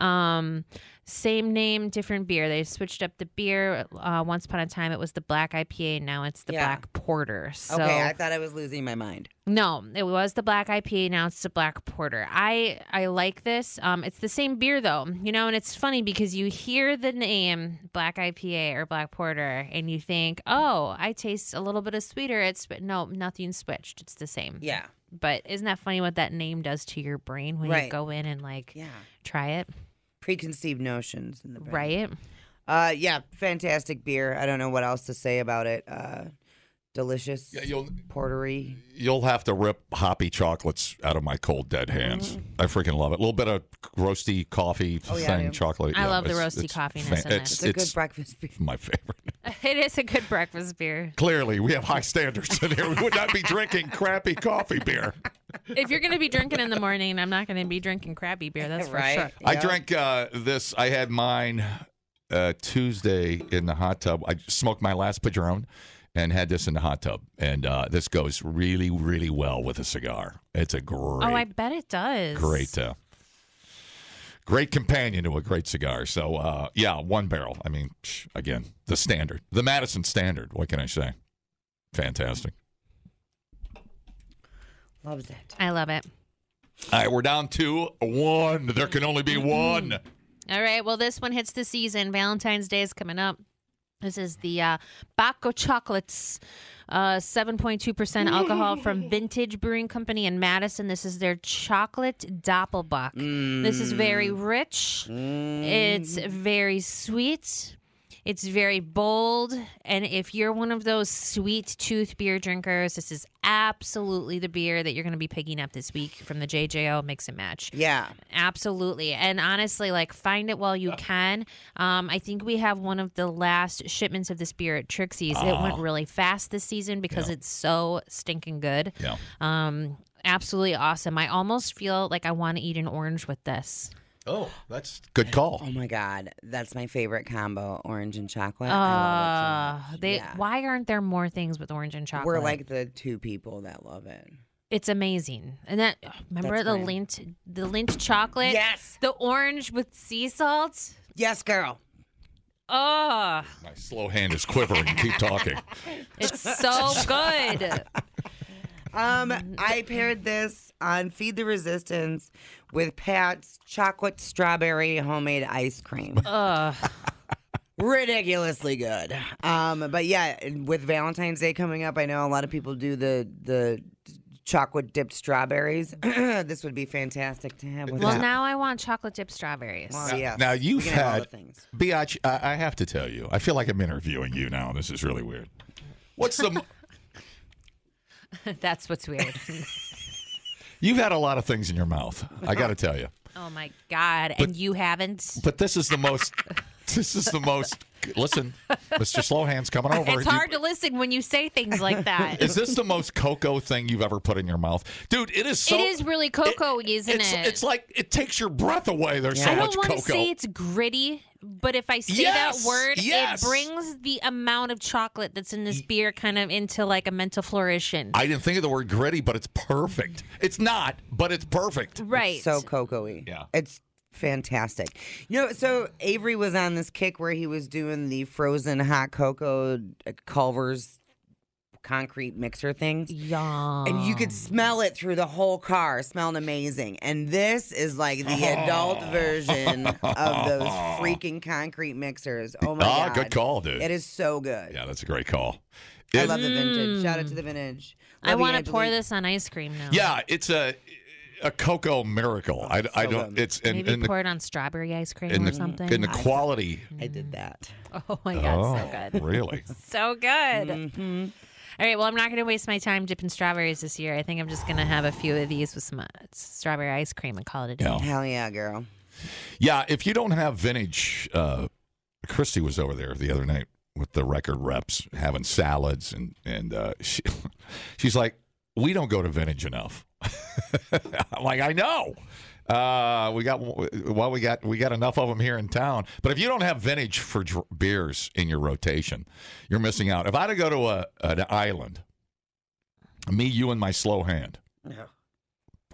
Speaker 4: Um, same name, different beer. They switched up the beer. Uh, once upon a time, it was the black IPA. Now it's the
Speaker 5: Yeah.
Speaker 4: black porter. So
Speaker 5: okay, I thought I was losing my mind.
Speaker 4: no, it was the black IPA. Now it's the black porter. I I like this. Um, it's the same beer though, you know. And it's funny because you hear the name black IPA or black porter, and you think, oh, I taste a little bit of sweeter. It's but no, nothing switched. It's the same.
Speaker 5: Yeah.
Speaker 4: But isn't that funny what that name does to your brain when you
Speaker 5: Right.
Speaker 4: go in and like
Speaker 5: Yeah.
Speaker 4: try it,
Speaker 5: Preconceived notions in the brain.
Speaker 4: right?
Speaker 5: Uh, yeah, fantastic beer. I don't know what else to say about it. Uh, delicious.
Speaker 3: Yeah, you'll-
Speaker 5: portery.
Speaker 3: You'll have to rip hoppy chocolates out of my cold dead hands. I freaking love it. A little bit of roasty coffee
Speaker 5: yeah,
Speaker 3: thing,
Speaker 5: dude.
Speaker 3: chocolate.
Speaker 4: Oh, I love the
Speaker 3: it's-
Speaker 4: roasty
Speaker 3: it's
Speaker 4: coffiness
Speaker 3: fan-
Speaker 4: in it.
Speaker 3: It's,
Speaker 5: It's a good
Speaker 3: it's
Speaker 5: breakfast beer.
Speaker 3: my favorite.
Speaker 4: it is a good breakfast beer.
Speaker 3: Clearly, we have high standards in here. We would not be drinking crappy coffee beer.
Speaker 4: If you're gonna be drinking in the morning, I'm not gonna be drinking crappy beer. That's for
Speaker 5: right.
Speaker 4: sure.
Speaker 3: I
Speaker 5: Yeah.
Speaker 3: drank uh, this. I had mine uh, Tuesday in the hot tub. I smoked my last Padron and had this in the hot tub. And uh, this goes really, really well with a cigar. It's a great,
Speaker 4: Oh, I bet it does.
Speaker 3: great, uh, great companion to a great cigar. So, uh, yeah, one barrel. I mean, psh, again, the standard, the Madison standard. What can I say? Fantastic.
Speaker 5: Loves it.
Speaker 4: I love it.
Speaker 3: All right, we're down to one. There can only be one.
Speaker 4: All right. Well, this one hits the season. Valentine's Day is coming up. This is the uh, Baco Chocolates, uh, 7.2% alcohol from Vintage Brewing Company in Madison. This is their chocolate doppelbock. This is very rich. It's very sweet. It's very bold. And if you're one of those sweet tooth beer drinkers, this is absolutely the beer that you're going to be picking up this week from the JJO Mix and Match.
Speaker 5: Yeah.
Speaker 4: Absolutely. And honestly, like find it while you can. Um, I think we have one of the last shipments of this beer at Trixie's. It went really fast this season because it's so stinking good.
Speaker 3: Yeah.
Speaker 4: Um, absolutely awesome. I almost feel like I want to eat an orange with this.
Speaker 3: Oh, that's good call.
Speaker 5: Oh my God, that's my favorite combo: orange and chocolate. I love it so
Speaker 4: Uh,
Speaker 5: much.
Speaker 4: they
Speaker 5: Yeah.
Speaker 4: why aren't there more things with orange and chocolate?
Speaker 5: We're like the two people that love it.
Speaker 4: it's amazing. And that remember
Speaker 5: That's
Speaker 4: the
Speaker 5: fine.
Speaker 4: lint the lint chocolate?
Speaker 5: Yes.
Speaker 4: The orange with sea salt?
Speaker 5: Yes, girl.
Speaker 4: Oh,
Speaker 3: My slow hand is quivering. Keep talking.
Speaker 4: it's so good.
Speaker 5: Um, I paired this on Feed the Resistance with Pat's chocolate strawberry homemade ice cream.
Speaker 4: Ugh.
Speaker 5: ridiculously good. Um, but yeah, with Valentine's Day coming up, I know a lot of people do the the chocolate dipped strawberries. this would be fantastic to have with
Speaker 4: Well,
Speaker 5: that.
Speaker 4: now I want chocolate dipped strawberries.
Speaker 5: Well, yeah.
Speaker 3: Now you've
Speaker 5: can have all
Speaker 3: had
Speaker 5: the things.
Speaker 3: Biatch. I, I have to tell you, I feel like I'm interviewing you now. This is really weird. What's the? m-
Speaker 4: That's what's weird.
Speaker 3: you've had a lot of things in your mouth. I got to tell you,
Speaker 4: oh my god! and you haven't.
Speaker 3: but this is the most. This is the most. Listen, Mr. Slowhand's coming over.
Speaker 4: It's
Speaker 3: You-
Speaker 4: hard to listen when you say things like that.
Speaker 3: is this the most cocoa thing you've ever put in your mouth, dude? It is so.
Speaker 4: it is really cocoa, is isn't
Speaker 3: it's,
Speaker 4: it?
Speaker 3: It's like it takes your breath away. There's so
Speaker 4: I don't
Speaker 3: much
Speaker 4: want
Speaker 3: cocoa.
Speaker 4: to say it's gritty, but if I say
Speaker 3: Yes,
Speaker 4: that word,
Speaker 3: yes.
Speaker 4: it brings the amount of chocolate that's in this beer kind of into like a mental flourishing.
Speaker 3: I didn't think of the word gritty, but it's perfect. It's not, but it's perfect.
Speaker 4: right.
Speaker 5: So cocoa-y.
Speaker 3: Yeah.
Speaker 5: It's fantastic. You know, so Avery was on this kick where he was doing the frozen hot cocoa uh, Culver's concrete mixer things.
Speaker 4: Yum.
Speaker 5: And you could smell it through the whole car. Smelled amazing. And this is like the adult version of those freaking concrete mixers. Oh my
Speaker 3: Ah,
Speaker 5: god.
Speaker 3: good call, dude.
Speaker 5: It is Uh-huh. so good.
Speaker 3: Yeah, that's a great call.
Speaker 5: I
Speaker 3: It-
Speaker 5: love the vintage. Shout out to the
Speaker 4: Mm.
Speaker 5: vintage.
Speaker 4: I
Speaker 5: Love you,
Speaker 4: want to pour
Speaker 5: Angelique.
Speaker 4: this on ice cream now.
Speaker 3: Yeah, it's a a cocoa miracle. I, I
Speaker 5: so
Speaker 3: don't.
Speaker 5: good.
Speaker 3: It's and,
Speaker 4: Maybe
Speaker 3: and the
Speaker 4: pour it on strawberry ice cream
Speaker 3: and
Speaker 4: or
Speaker 3: the,
Speaker 4: something.
Speaker 3: and the quality.
Speaker 5: I did that.
Speaker 4: oh my god, so
Speaker 3: Oh,
Speaker 4: good.
Speaker 3: really?
Speaker 4: So good.
Speaker 3: Mm-hmm.
Speaker 4: All right. Well, I'm not going to waste my time dipping strawberries this year. I think I'm just going to have a few of these with some uh, strawberry ice cream and call it a day.
Speaker 3: Yeah.
Speaker 5: Hell yeah, girl.
Speaker 3: Yeah. If you don't have vintage, uh, Christy was over there the other night with the record reps having salads, and and uh, she, she's like, "We don't go to vintage enough." I'm like, "I know." Uh, we got well, we got we got enough of them here in town. But if you don't have vintage for dr- beers in your rotation, you're missing out. If I had to go to a an island, me, you, and my slow hand, we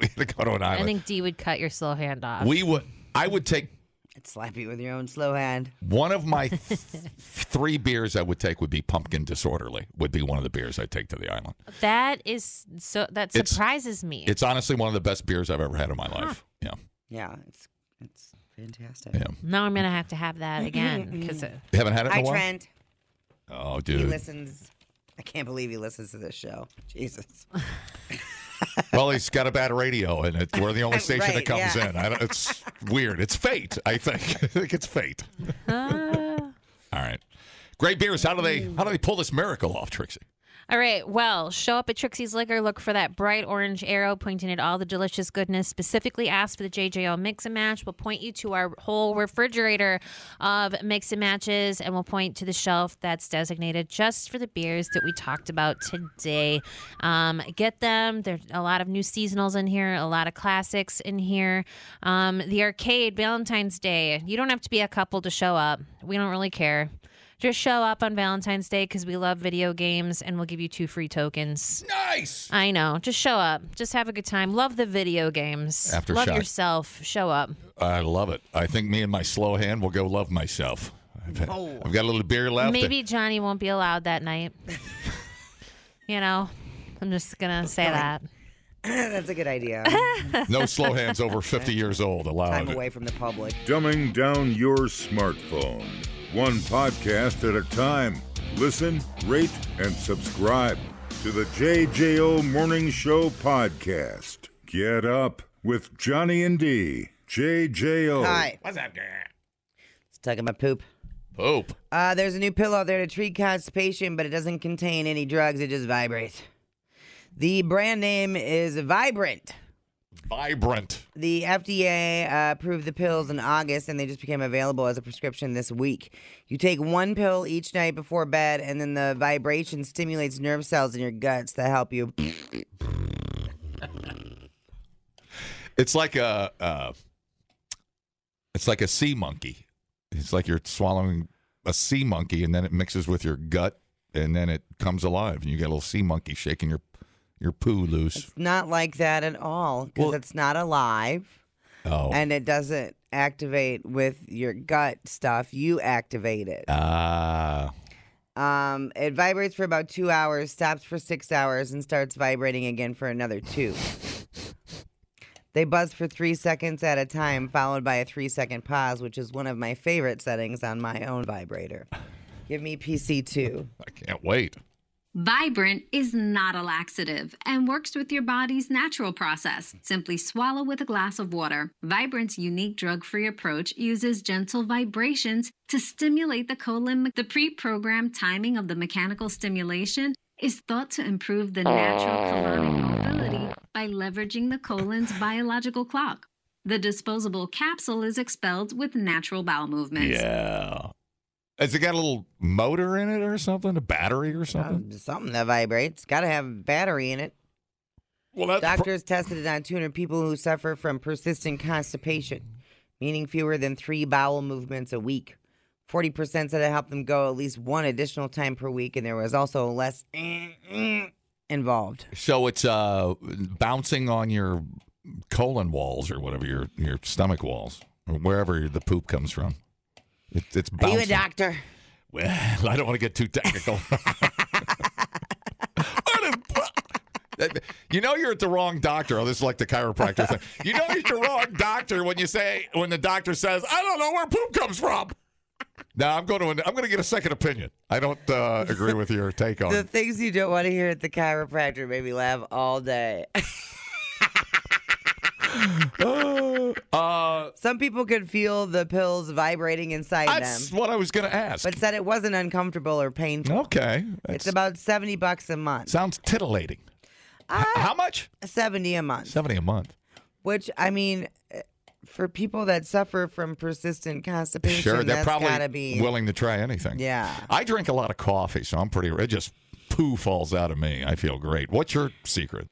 Speaker 3: had to go to an
Speaker 4: I
Speaker 3: island.
Speaker 4: think D would cut your slow hand off.
Speaker 3: we would. I would take
Speaker 5: I'd slap you with your own slow hand.
Speaker 3: One of my th- three beers I would take would be Pumpkin Disorderly. Would be one of the beers I take to the island.
Speaker 4: that is so. That
Speaker 3: It's-
Speaker 4: surprises me.
Speaker 3: It's honestly one of the best beers I've ever had in my life. Yeah,
Speaker 5: Yeah, it's it's fantastic.
Speaker 3: yeah.
Speaker 4: now I'm going to have to have
Speaker 3: Mm-hmm.
Speaker 4: that again because
Speaker 3: You haven't had it in
Speaker 5: Hi
Speaker 3: a while.
Speaker 5: Trent.
Speaker 3: Oh,
Speaker 5: He
Speaker 3: dude.
Speaker 5: listens. I can't believe he listens to this show. Jesus.
Speaker 3: Well, he's got a bad radio, and it, we're the only station that
Speaker 5: Right,
Speaker 3: comes
Speaker 5: yeah.
Speaker 3: in. I don't, it's weird. It's fate. I think. I think it's fate.
Speaker 5: Ah.
Speaker 3: All right. Great beers. How do they? How do they pull this miracle off, Trixie?
Speaker 4: All right. Well, show up at Trixie's Liquor. Look for that bright orange arrow pointing at all the delicious goodness. Specifically, ask for the JJO Mix and Match. We'll point you to our whole refrigerator of mix and matches, and we'll point to the shelf that's designated just for the beers that we talked about today. Um, get them. There's a lot of new seasonals in here, a lot of classics in here. Um, the arcade, Valentine's Day. You don't have to be a couple to show up. We don't really care. Just show up on Valentine's Day because we love video games and we'll give you two free tokens.
Speaker 3: Nice.
Speaker 4: I know. Just show up. Just have a good time. Love the video games. love
Speaker 3: Aftershock.
Speaker 4: yourself. Show up.
Speaker 3: I love it. I think me and my slow hand will go love myself. I've, had-
Speaker 5: Oh.
Speaker 3: I've got a little beer left.
Speaker 4: Maybe Johnny won't be allowed that night. you know, I'm just going to say that.
Speaker 5: That's a good idea.
Speaker 3: No slow hands over 50 years old
Speaker 5: Time
Speaker 3: allowed.
Speaker 5: away from the public.
Speaker 1: Dumbing down your smartphone. One podcast at a time. Listen, rate, and subscribe to the JJO Morning Show podcast. Get up with Johnny and D.
Speaker 3: Oh.
Speaker 1: JJO.
Speaker 5: Hi.
Speaker 3: What's up, girl?
Speaker 5: Stuck in my poop.
Speaker 3: Poop.
Speaker 5: Uh, there's a new pill out there to treat constipation, but it doesn't contain any drugs. It just vibrates. The brand name is Vibrant.
Speaker 3: Vibrant.
Speaker 5: The FDA uh, approved the pills in August, and they just became available as a prescription this week. You take one pill each night before bed, and then the vibration stimulates nerve cells in your guts that help you.
Speaker 3: It's like a, uh, it's like a sea monkey. It's like you're swallowing a sea monkey, and then it mixes with your gut, and then it comes alive, and you get a little sea monkey shaking your your poo loose.
Speaker 5: Not like that at all, because
Speaker 3: Well-
Speaker 5: it's not alive,
Speaker 3: Oh,
Speaker 5: and it doesn't activate with your gut stuff. You activate it.
Speaker 3: ah,
Speaker 5: Um, it vibrates for about two hours, stops for six hours, and starts vibrating again for another two. They buzz for three seconds at a time, followed by a three second pause, which is one of my favorite settings on my own vibrator. Give me PC2.
Speaker 3: I can't wait.
Speaker 10: Vibrant is not a laxative and works with your body's natural process. Simply swallow with a glass of water. Vibrant's unique drug free approach uses gentle vibrations to stimulate the colon. The pre programmed timing of the mechanical stimulation is thought to improve the natural colonic mobility by leveraging the colon's biological clock. The disposable capsule is expelled with natural bowel movements.
Speaker 3: Yeah. Has it got a little motor in it or something? A battery or something?
Speaker 5: Um, something that vibrates. Got to have battery in it.
Speaker 3: Well, that's
Speaker 5: Doctors tested it on 200 people who suffer from persistent constipation, meaning fewer than three bowel movements a week. 40% said it helped them go at least one additional time per week, and there was also less involved.
Speaker 3: So it's uh, bouncing on your colon walls or whatever your your stomach walls or wherever the poop comes from. It, it's
Speaker 5: Are
Speaker 3: bouncing.
Speaker 5: you a doctor?
Speaker 3: Well, I don't want to get too technical. That- You know you're at the wrong doctor. Oh, this is like the chiropractor thing. You know you're at the wrong doctor when you say when the doctor says, "I don't know where poop comes from." Now I'm going to I'm going to get a second opinion. I don't uh, agree with your take on.
Speaker 5: The
Speaker 3: it.
Speaker 5: things you don't want to hear at the chiropractor made me laugh all day. Some people could feel the pills vibrating inside
Speaker 3: That's
Speaker 5: them,
Speaker 3: what I was going to ask.
Speaker 5: but said it wasn't uncomfortable or painful.
Speaker 3: okay,
Speaker 5: It's
Speaker 3: that's-
Speaker 5: about 70 bucks a month.
Speaker 3: sounds titillating.
Speaker 5: Ah.
Speaker 3: H- How much?
Speaker 5: 70 Uh, a month.
Speaker 3: Seventy a month.
Speaker 5: Which I mean, uh, for people that suffer from persistent constipation,
Speaker 3: Sure, they're
Speaker 5: that's
Speaker 3: probably
Speaker 5: gotta be
Speaker 3: willing to try anything.
Speaker 5: Yeah.
Speaker 3: I drink a lot of coffee, so I'm pretty. It just poo falls out of me. I feel great. What's your secret?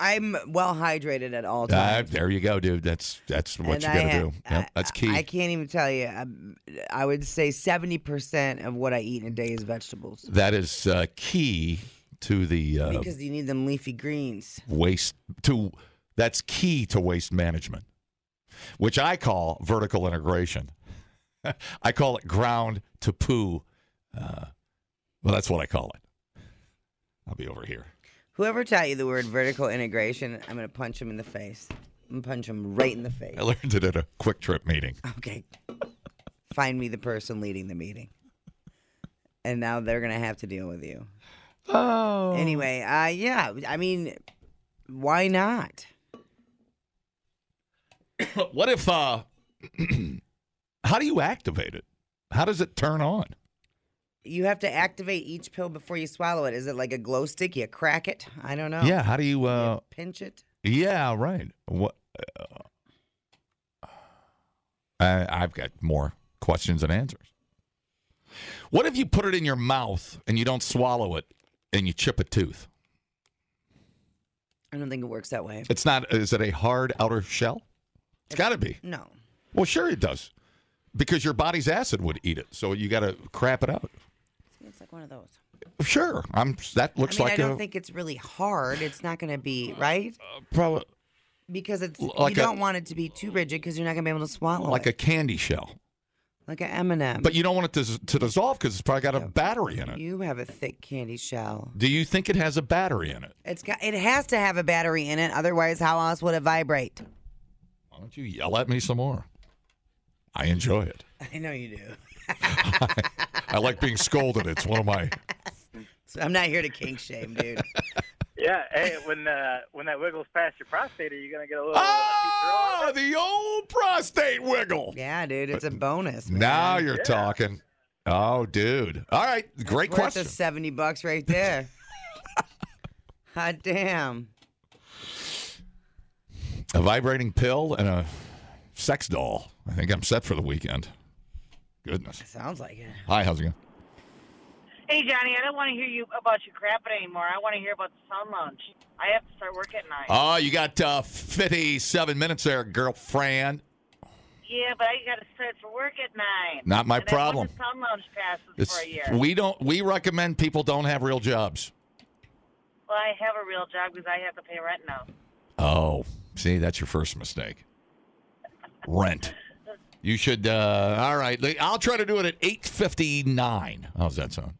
Speaker 5: I'm well hydrated at all
Speaker 3: Uh,
Speaker 5: times.
Speaker 3: there you go, dude. That's that's what
Speaker 5: And
Speaker 3: you
Speaker 5: I
Speaker 3: got to
Speaker 5: ha-
Speaker 3: do. Yep, that's key.
Speaker 5: I can't even tell you. I'm- I, would say 70% of what I eat in a day is vegetables
Speaker 3: that is uh, key to the uh,
Speaker 5: because you need them leafy greens.
Speaker 3: waste to that's key to waste management, which I call vertical integration. I call it ground to poo. Uh, well, that's what I call it. I'll be over here.
Speaker 5: Whoever taught you the word vertical integration, I'm going to punch him in the face. I'm going to punch him right in the face.
Speaker 3: I learned it at a quick trip meeting.
Speaker 5: Okay. Find me the person leading the meeting. And now they're going to have to deal with you.
Speaker 3: Oh.
Speaker 5: Anyway, uh, yeah, I mean, why not?
Speaker 3: what if uh how do you activate it? How does it turn on?
Speaker 5: You have to activate each pill before you swallow it. Is it like a glow stick? You crack it? I don't know.
Speaker 3: Yeah, how do you uh
Speaker 5: Pinch it?
Speaker 3: yeah, right. What uh, I I've got more questions and answers. What if you put it in your mouth and you don't swallow it and you chip a tooth?
Speaker 5: I don't think it works that way.
Speaker 3: It's not is it a hard outer shell? It's got to be.
Speaker 5: No.
Speaker 3: Well, sure it does. Because your body's acid would eat it. So you got to crap it out.
Speaker 5: It's like one of those.
Speaker 3: Sure. I'm that looks
Speaker 5: I mean,
Speaker 3: like
Speaker 5: I don't
Speaker 3: a
Speaker 5: think it's really hard. It's not going to be, right?
Speaker 3: probably
Speaker 5: Because it's
Speaker 3: like
Speaker 5: you
Speaker 3: a-
Speaker 5: don't want it to be too rigid because you're not going to be able to swallow
Speaker 3: like a
Speaker 5: it.
Speaker 3: candy shell.
Speaker 5: like an M&M.
Speaker 3: But you don't want it to, to dissolve because it's probably got a battery in it.
Speaker 5: you have a thick candy shell.
Speaker 3: Do you think it has a battery in it?
Speaker 5: It's got. It has to have a battery in it, otherwise, how else would it vibrate?
Speaker 3: Why don't you yell at me some more? I enjoy it.
Speaker 5: I know you do.
Speaker 3: I like being scolded. It's one of my.
Speaker 5: So I'm not here to kink shame, dude.
Speaker 11: Yeah, hey, when uh, when that wiggles past your prostate, you're gonna
Speaker 8: Oh,
Speaker 11: get a little. uh,
Speaker 9: Oh!
Speaker 3: Ah, the old prostate wiggle.
Speaker 5: yeah, dude, it's a bonus. Man.
Speaker 3: Now you're talking. Oh, dude. All right. Great
Speaker 5: Worth
Speaker 3: question.
Speaker 5: the seventy bucks right there. Hot damn.
Speaker 3: A vibrating pill and a sex doll. I think I'm set for the weekend. Goodness.
Speaker 5: Sounds like it.
Speaker 3: Hi, how's it going?
Speaker 12: Hey, Johnny, I don't want to hear you about your crapping anymore. I want to hear about the sun lounge. I have to start work at nine.
Speaker 3: Oh, you got uh, 57 minutes there, girlfriend.
Speaker 12: yeah, but I got to start for work at nine.
Speaker 3: Not my
Speaker 12: And I want
Speaker 3: problem.
Speaker 12: The sun lounge passes
Speaker 3: It's-
Speaker 12: for a year.
Speaker 3: we don't. We recommend people don't have real jobs.
Speaker 12: well, I have a real job because I have to pay rent now.
Speaker 3: Oh, see, that's your first mistake. Rent. You should. Uh, all right, I'll try to do it at eight fifty nine. How's that sound?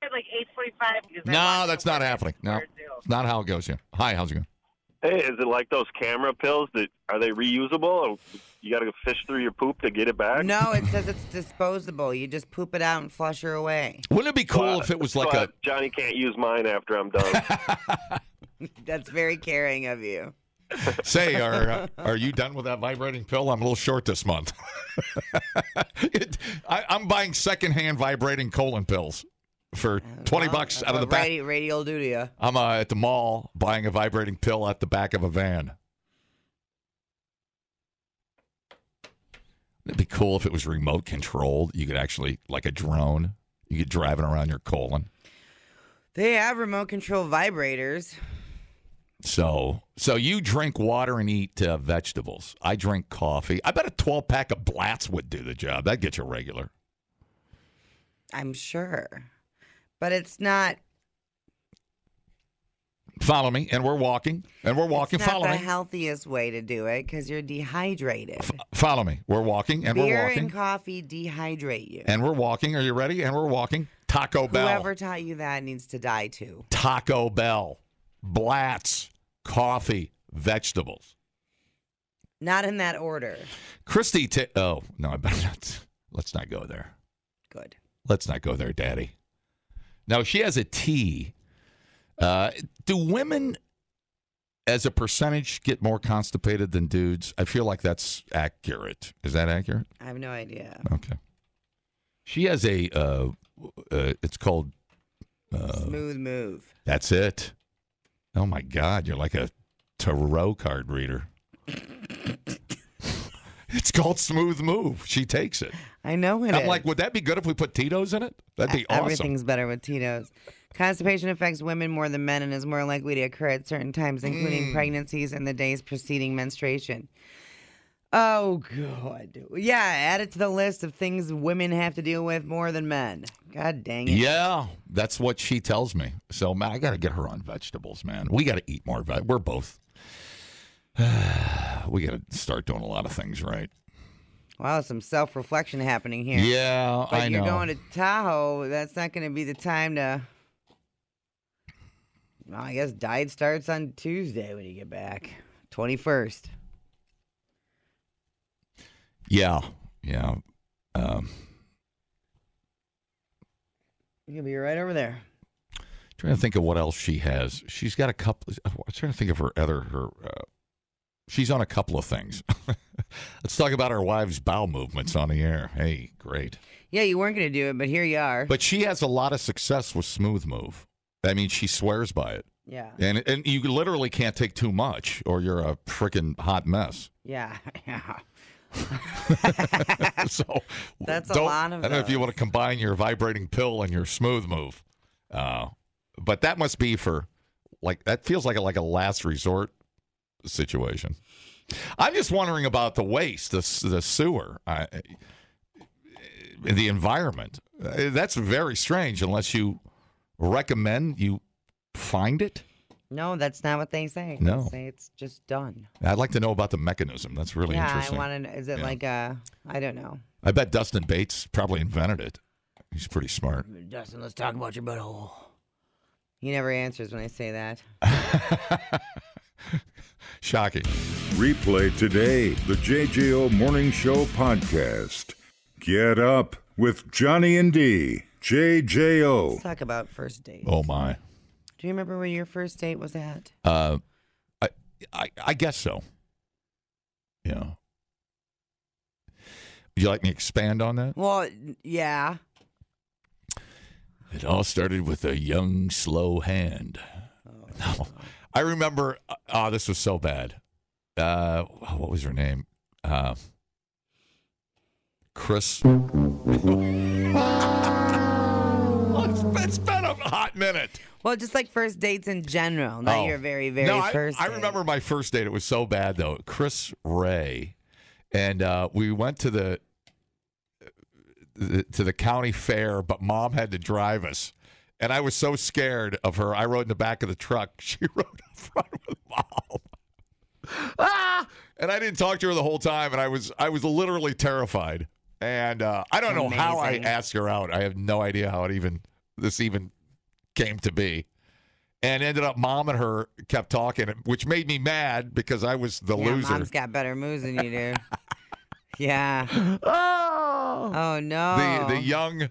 Speaker 12: It's like eight forty-five.
Speaker 3: No, that's not happening. No, it's not how it goes here. Hi, how's it going?
Speaker 13: Hey, is it like those camera pills that are they reusable or you got to fish through your poop to get it back?
Speaker 5: Oh, No, it says it's disposable. You just poop it out and flush her away.
Speaker 3: Wouldn't it be cool
Speaker 13: But-
Speaker 3: if it was like
Speaker 13: but
Speaker 3: a?
Speaker 13: Johnny can't use mine after I'm done.
Speaker 5: That's very caring of you.
Speaker 3: Say, are are you done with that vibrating pill? I'm a little short this month. it, I, I'm buying secondhand vibrating colon pills for twenty bucks out of the back.
Speaker 5: radio, radio do to you.
Speaker 3: I'm uh, at the mall buying a vibrating pill at the back of a van. It'd be cool if it was remote controlled. You could actually, like a drone, you could drive it around your colon.
Speaker 5: They have remote control vibrators.
Speaker 3: So, so you drink water and eat uh, vegetables. I drink coffee. I bet a 12 pack of Blatz would do the job. That'd get you regular.
Speaker 5: I'm sure, but it's not.
Speaker 3: Follow me, and we're walking, and we're walking.
Speaker 5: it's not
Speaker 3: Follow
Speaker 5: the
Speaker 3: me.
Speaker 5: healthiest way to do it because you're dehydrated.
Speaker 3: Follow me. We're walking, and
Speaker 5: Beer
Speaker 3: we're walking,
Speaker 5: and coffee dehydrate you.
Speaker 3: and we're walking. Are you ready? And we're walking. Taco Bell.
Speaker 5: Whoever taught you that needs to die too.
Speaker 3: Taco Bell. Blatz, coffee, vegetables.
Speaker 5: Not in that order.
Speaker 3: Christy, ta- oh no, I better not. Let's not go there.
Speaker 5: Good.
Speaker 3: Let's not go there, Daddy. Now she has a T. Uh, do women, as a percentage, get more constipated than dudes? I feel like that's accurate. Is that accurate?
Speaker 5: I have no idea.
Speaker 3: Okay. She has a. Uh, uh, it's called. Uh,
Speaker 5: Smooth move.
Speaker 3: that's it. Oh my God! You're like a tarot card reader. it's called Smooth Move. She takes it.
Speaker 5: I know it
Speaker 3: I'm
Speaker 5: is.
Speaker 3: like, would that be good if we put Tito's in it? That'd be
Speaker 5: E-
Speaker 3: awesome.
Speaker 5: Everything's better with Tito's. Constipation affects women more than men and is more likely to occur at certain times, including
Speaker 14: Mm.
Speaker 5: pregnancies and the days preceding menstruation. Oh, God. Yeah, add it to the list of things women have to deal with more than men. God dang it.
Speaker 3: Yeah, that's what she tells me. So, man, I got to get her on vegetables, man. We got to eat more. Ve- we're both. we got to start doing a lot of things right.
Speaker 5: Wow, some self reflection happening here.
Speaker 3: Yeah,
Speaker 5: but
Speaker 3: I
Speaker 5: you're
Speaker 3: know.
Speaker 5: going to Tahoe. That's not going to be the time to. Well, I guess diet starts on Tuesday when you get back, twenty first.
Speaker 3: Yeah, yeah. Um,
Speaker 5: You're gonna be right over there.
Speaker 3: trying to think of what else she has. She's got a couple. I'm trying to think of her other her. Uh, she's on a couple of things. Let's talk about our wives' bowel movements on the air. Hey, great.
Speaker 5: Yeah, you weren't gonna do it, but here you are.
Speaker 3: But she has a lot of success with Smooth Move. I mean, she swears by it.
Speaker 5: Yeah.
Speaker 3: And and you literally can't take too much, or you're a freaking hot mess.
Speaker 5: Yeah, yeah.
Speaker 3: so
Speaker 5: That's a
Speaker 3: don't-
Speaker 5: lot of
Speaker 3: I don't know if you
Speaker 5: those.
Speaker 3: want to combine your vibrating pill and your smooth move, uh, but that must be for like that feels like a, like a last resort situation. I'm just wondering about the waste, the s- the sewer, I, the environment. Uh, That's very strange unless you recommend you find it.
Speaker 5: No, that's not what they say. They
Speaker 3: No.
Speaker 5: say it's just done.
Speaker 3: I'd like to know about the mechanism. That's really
Speaker 5: yeah, I
Speaker 3: interesting.
Speaker 5: want to. Is it
Speaker 3: Yeah.
Speaker 5: like uh, I don't know.
Speaker 3: I bet Dustin Bates probably invented it. He's pretty smart.
Speaker 5: Dustin, let's talk about your butthole. He never answers when I say that.
Speaker 3: Shocking.
Speaker 1: Replay today the JJO Morning Show podcast. Get up with Johnny and D. JJO.
Speaker 5: Let's talk about first date.
Speaker 3: Oh my.
Speaker 5: Do you remember where your first date was at?
Speaker 3: Uh, I, I I guess so. Yeah. Would you like me to expand on that?
Speaker 5: Well, yeah.
Speaker 3: It all started with a young, slow hand. No, I remember. Oh, this was so bad. Uh, what was her name? Uh, Chris. Oh, it's, it's been a hot minute.
Speaker 5: Well, just like first dates in general. Not
Speaker 3: Oh.
Speaker 5: your very, very
Speaker 3: no, I,
Speaker 5: first.
Speaker 3: I
Speaker 5: date.
Speaker 3: remember my first date. It was so bad though. Chris Ray, and uh, we went to the, the to the county fair, but mom had to drive us, and I was so scared of her. I rode in the back of the truck. She rode in front with mom. ah! And I didn't talk to her the whole time, and I was I was literally terrified. And uh, I don't know how I
Speaker 15: Amazing.
Speaker 3: asked her out. I have no idea how it even this even came to be and ended up mom and her kept talking, which made me mad because I was the
Speaker 5: yeah,
Speaker 3: loser.
Speaker 5: Mom's got better moves than you do. yeah.
Speaker 3: Oh.
Speaker 5: Oh
Speaker 3: The
Speaker 5: no.
Speaker 3: the young,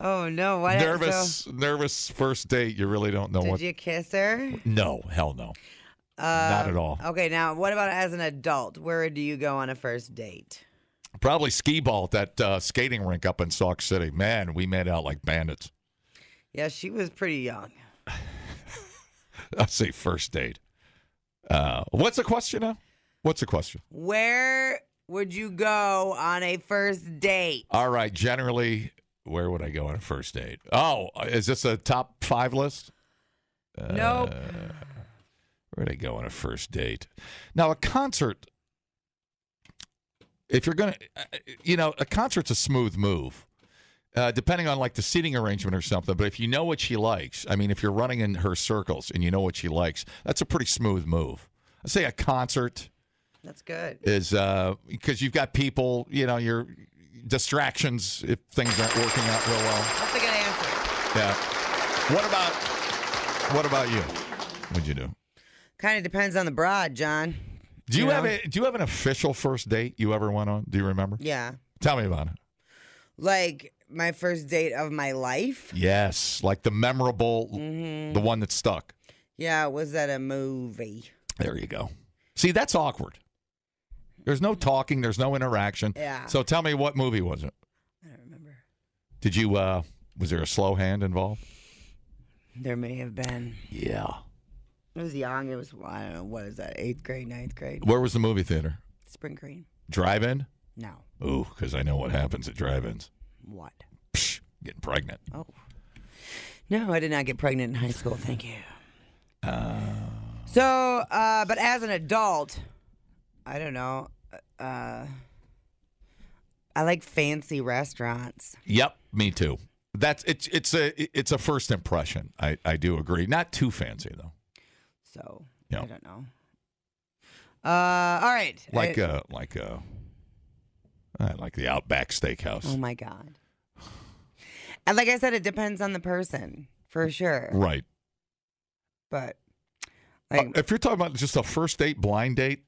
Speaker 5: Oh no. What happened?
Speaker 3: nervous,
Speaker 5: So,
Speaker 3: nervous first date. You really don't know
Speaker 5: did
Speaker 3: what.
Speaker 5: you kiss her? Uh,
Speaker 3: No, hell no. Not at all.
Speaker 5: Okay, now what about as an adult? Where do you go on a first date?
Speaker 3: Probably skee ball at that uh, skating rink up in Sauk City. Man, we made out like bandits.
Speaker 5: Yeah, she was pretty young.
Speaker 3: I say first date. Uh, what's the question now? What's the question?
Speaker 5: Where would you go on a first date?
Speaker 3: All right. Generally, where would I go on a first date? Oh, is this a top five list? Uh.
Speaker 5: Nope.
Speaker 3: Where would I go on a first date? Now, a concert, if you're going to, you know, a concert's a smooth move, uh, depending on like the seating arrangement or something. But if you know what she likes, I mean, if you're running in her circles and you know what she likes, that's a pretty smooth move. I say a concert
Speaker 5: That's good.
Speaker 3: is because you've got people, you know, your distractions if things aren't working out real well.
Speaker 5: That's a good answer.
Speaker 3: Yeah. What about what about you? What'd you do?
Speaker 5: Kind of depends on the broad, John.
Speaker 3: Do you,
Speaker 5: You
Speaker 3: have
Speaker 5: know?
Speaker 3: a Do you have an official first date you ever went on? Do you remember?
Speaker 5: Yeah.
Speaker 3: Tell me about it.
Speaker 5: Like my first date of my life.
Speaker 3: Yes, like the memorable,
Speaker 5: Mhm.
Speaker 3: the one that stuck.
Speaker 5: Yeah, it was at a movie.
Speaker 3: There you go. See, that's awkward. There's no talking. There's no interaction.
Speaker 5: Mm-hmm. Yeah.
Speaker 3: So tell me, what movie was it?
Speaker 5: I don't remember.
Speaker 3: Did you? uh Was there a slow hand involved?
Speaker 5: There may have been.
Speaker 3: Yeah.
Speaker 5: It was young. It was I don't know what is that? Eighth grade, ninth grade.
Speaker 3: Where was the movie theater?
Speaker 5: Spring Green.
Speaker 3: Drive-in.
Speaker 5: No.
Speaker 3: Ooh, because I know what happens at drive-ins.
Speaker 5: What?
Speaker 3: Psh, getting pregnant.
Speaker 5: Oh. No, I did not get pregnant in high school. Thank you. So, uh, but as an adult, I don't know. Uh, I like fancy restaurants.
Speaker 3: Yep, me too. That's it's it's a it's a first impression. I I do agree. Not too fancy though.
Speaker 5: So
Speaker 3: Yeah.
Speaker 5: I don't know. Uh, all right.
Speaker 3: Like
Speaker 5: I-
Speaker 3: uh like uh I like the Outback Steakhouse.
Speaker 5: Oh my god. And like I said, it depends on the person for sure.
Speaker 3: Right.
Speaker 5: But
Speaker 3: Uh, if you're talking about just a first date blind date,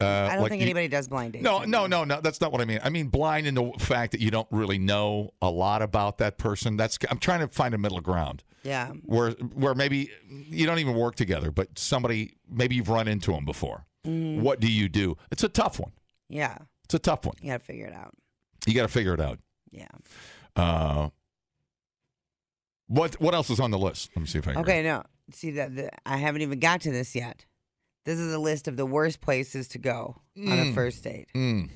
Speaker 3: uh,
Speaker 5: I don't
Speaker 3: like
Speaker 5: think
Speaker 3: you-
Speaker 5: anybody does blind dates.
Speaker 3: No, no, no, no. That's not what I mean. I mean blind in the fact that you don't really know a lot about that person. That's I'm trying to find a middle ground.
Speaker 5: Yeah.
Speaker 3: where where maybe you don't even work together, but somebody maybe you've run into them before.
Speaker 5: Mhm.
Speaker 3: What do you do? It's a tough one.
Speaker 5: Yeah.
Speaker 3: It's a tough one.
Speaker 5: You gotta figure it out.
Speaker 3: You got to figure it out.
Speaker 5: Yeah.
Speaker 3: Uh, what what else is on the list? Let me see if I can.
Speaker 5: Okay, no. See that the, I haven't even got to this yet. This is a list of the worst places to go on a
Speaker 3: Mm.
Speaker 5: first date.
Speaker 3: Mm.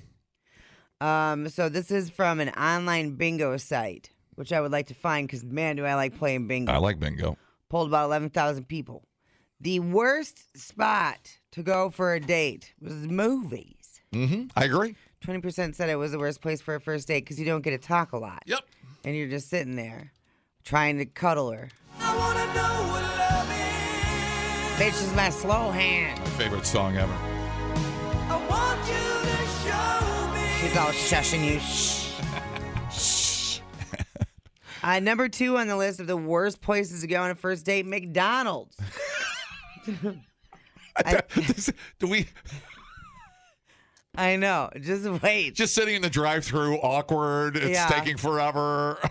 Speaker 5: Um, so this is from an online bingo site, which I would like to find because man, do I like playing bingo.
Speaker 3: I like bingo.
Speaker 5: Polled about eleven thousand people. The worst spot to go for a date was movies.
Speaker 3: Mm-hmm. I agree.
Speaker 5: Twenty percent said it was the worst place for a first date because you don't get to talk a lot.
Speaker 3: Yep.
Speaker 5: And you're just sitting there trying to cuddle her. Bitch is my slow hand.
Speaker 3: My favorite song ever.
Speaker 5: She's all shushing you. Shh. Shh. Uh, number two on the list of the worst places to go on a first date, McDonald's.
Speaker 3: do we?
Speaker 5: I know. Just wait.
Speaker 3: Just sitting in the drive-through, awkward. It's
Speaker 5: Yeah.
Speaker 3: taking forever.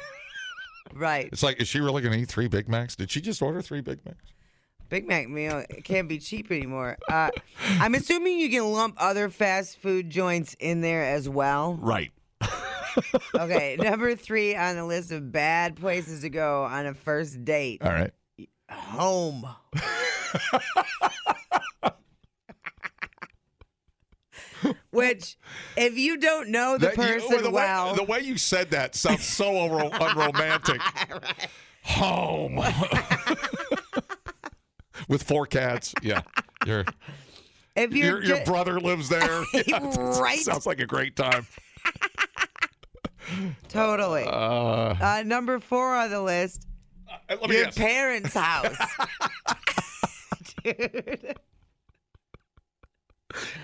Speaker 5: Right.
Speaker 3: it's like, is she really going to eat three Big Macs? Did she just order three Big Macs?
Speaker 5: Big Mac meal it can't be cheap anymore. Uh, I'm assuming you can lump other fast food joints in there as well.
Speaker 3: Right.
Speaker 5: Okay. number three on the list of bad places to go on a first date.
Speaker 3: All right.
Speaker 5: home. Which, if you don't know the
Speaker 3: That you-
Speaker 5: person
Speaker 3: the
Speaker 5: well,
Speaker 3: way, the way you said that sounds so unro- unromantic. Home with four cats. Yeah, your
Speaker 5: if you're
Speaker 3: your, your
Speaker 5: ju-
Speaker 3: brother lives there. Yeah, that
Speaker 5: Right.
Speaker 3: sounds like a great time.
Speaker 5: totally. Uh,
Speaker 3: Uh,
Speaker 5: number four on the list,
Speaker 3: let me
Speaker 5: your
Speaker 3: guess.
Speaker 5: parents' house. Dude.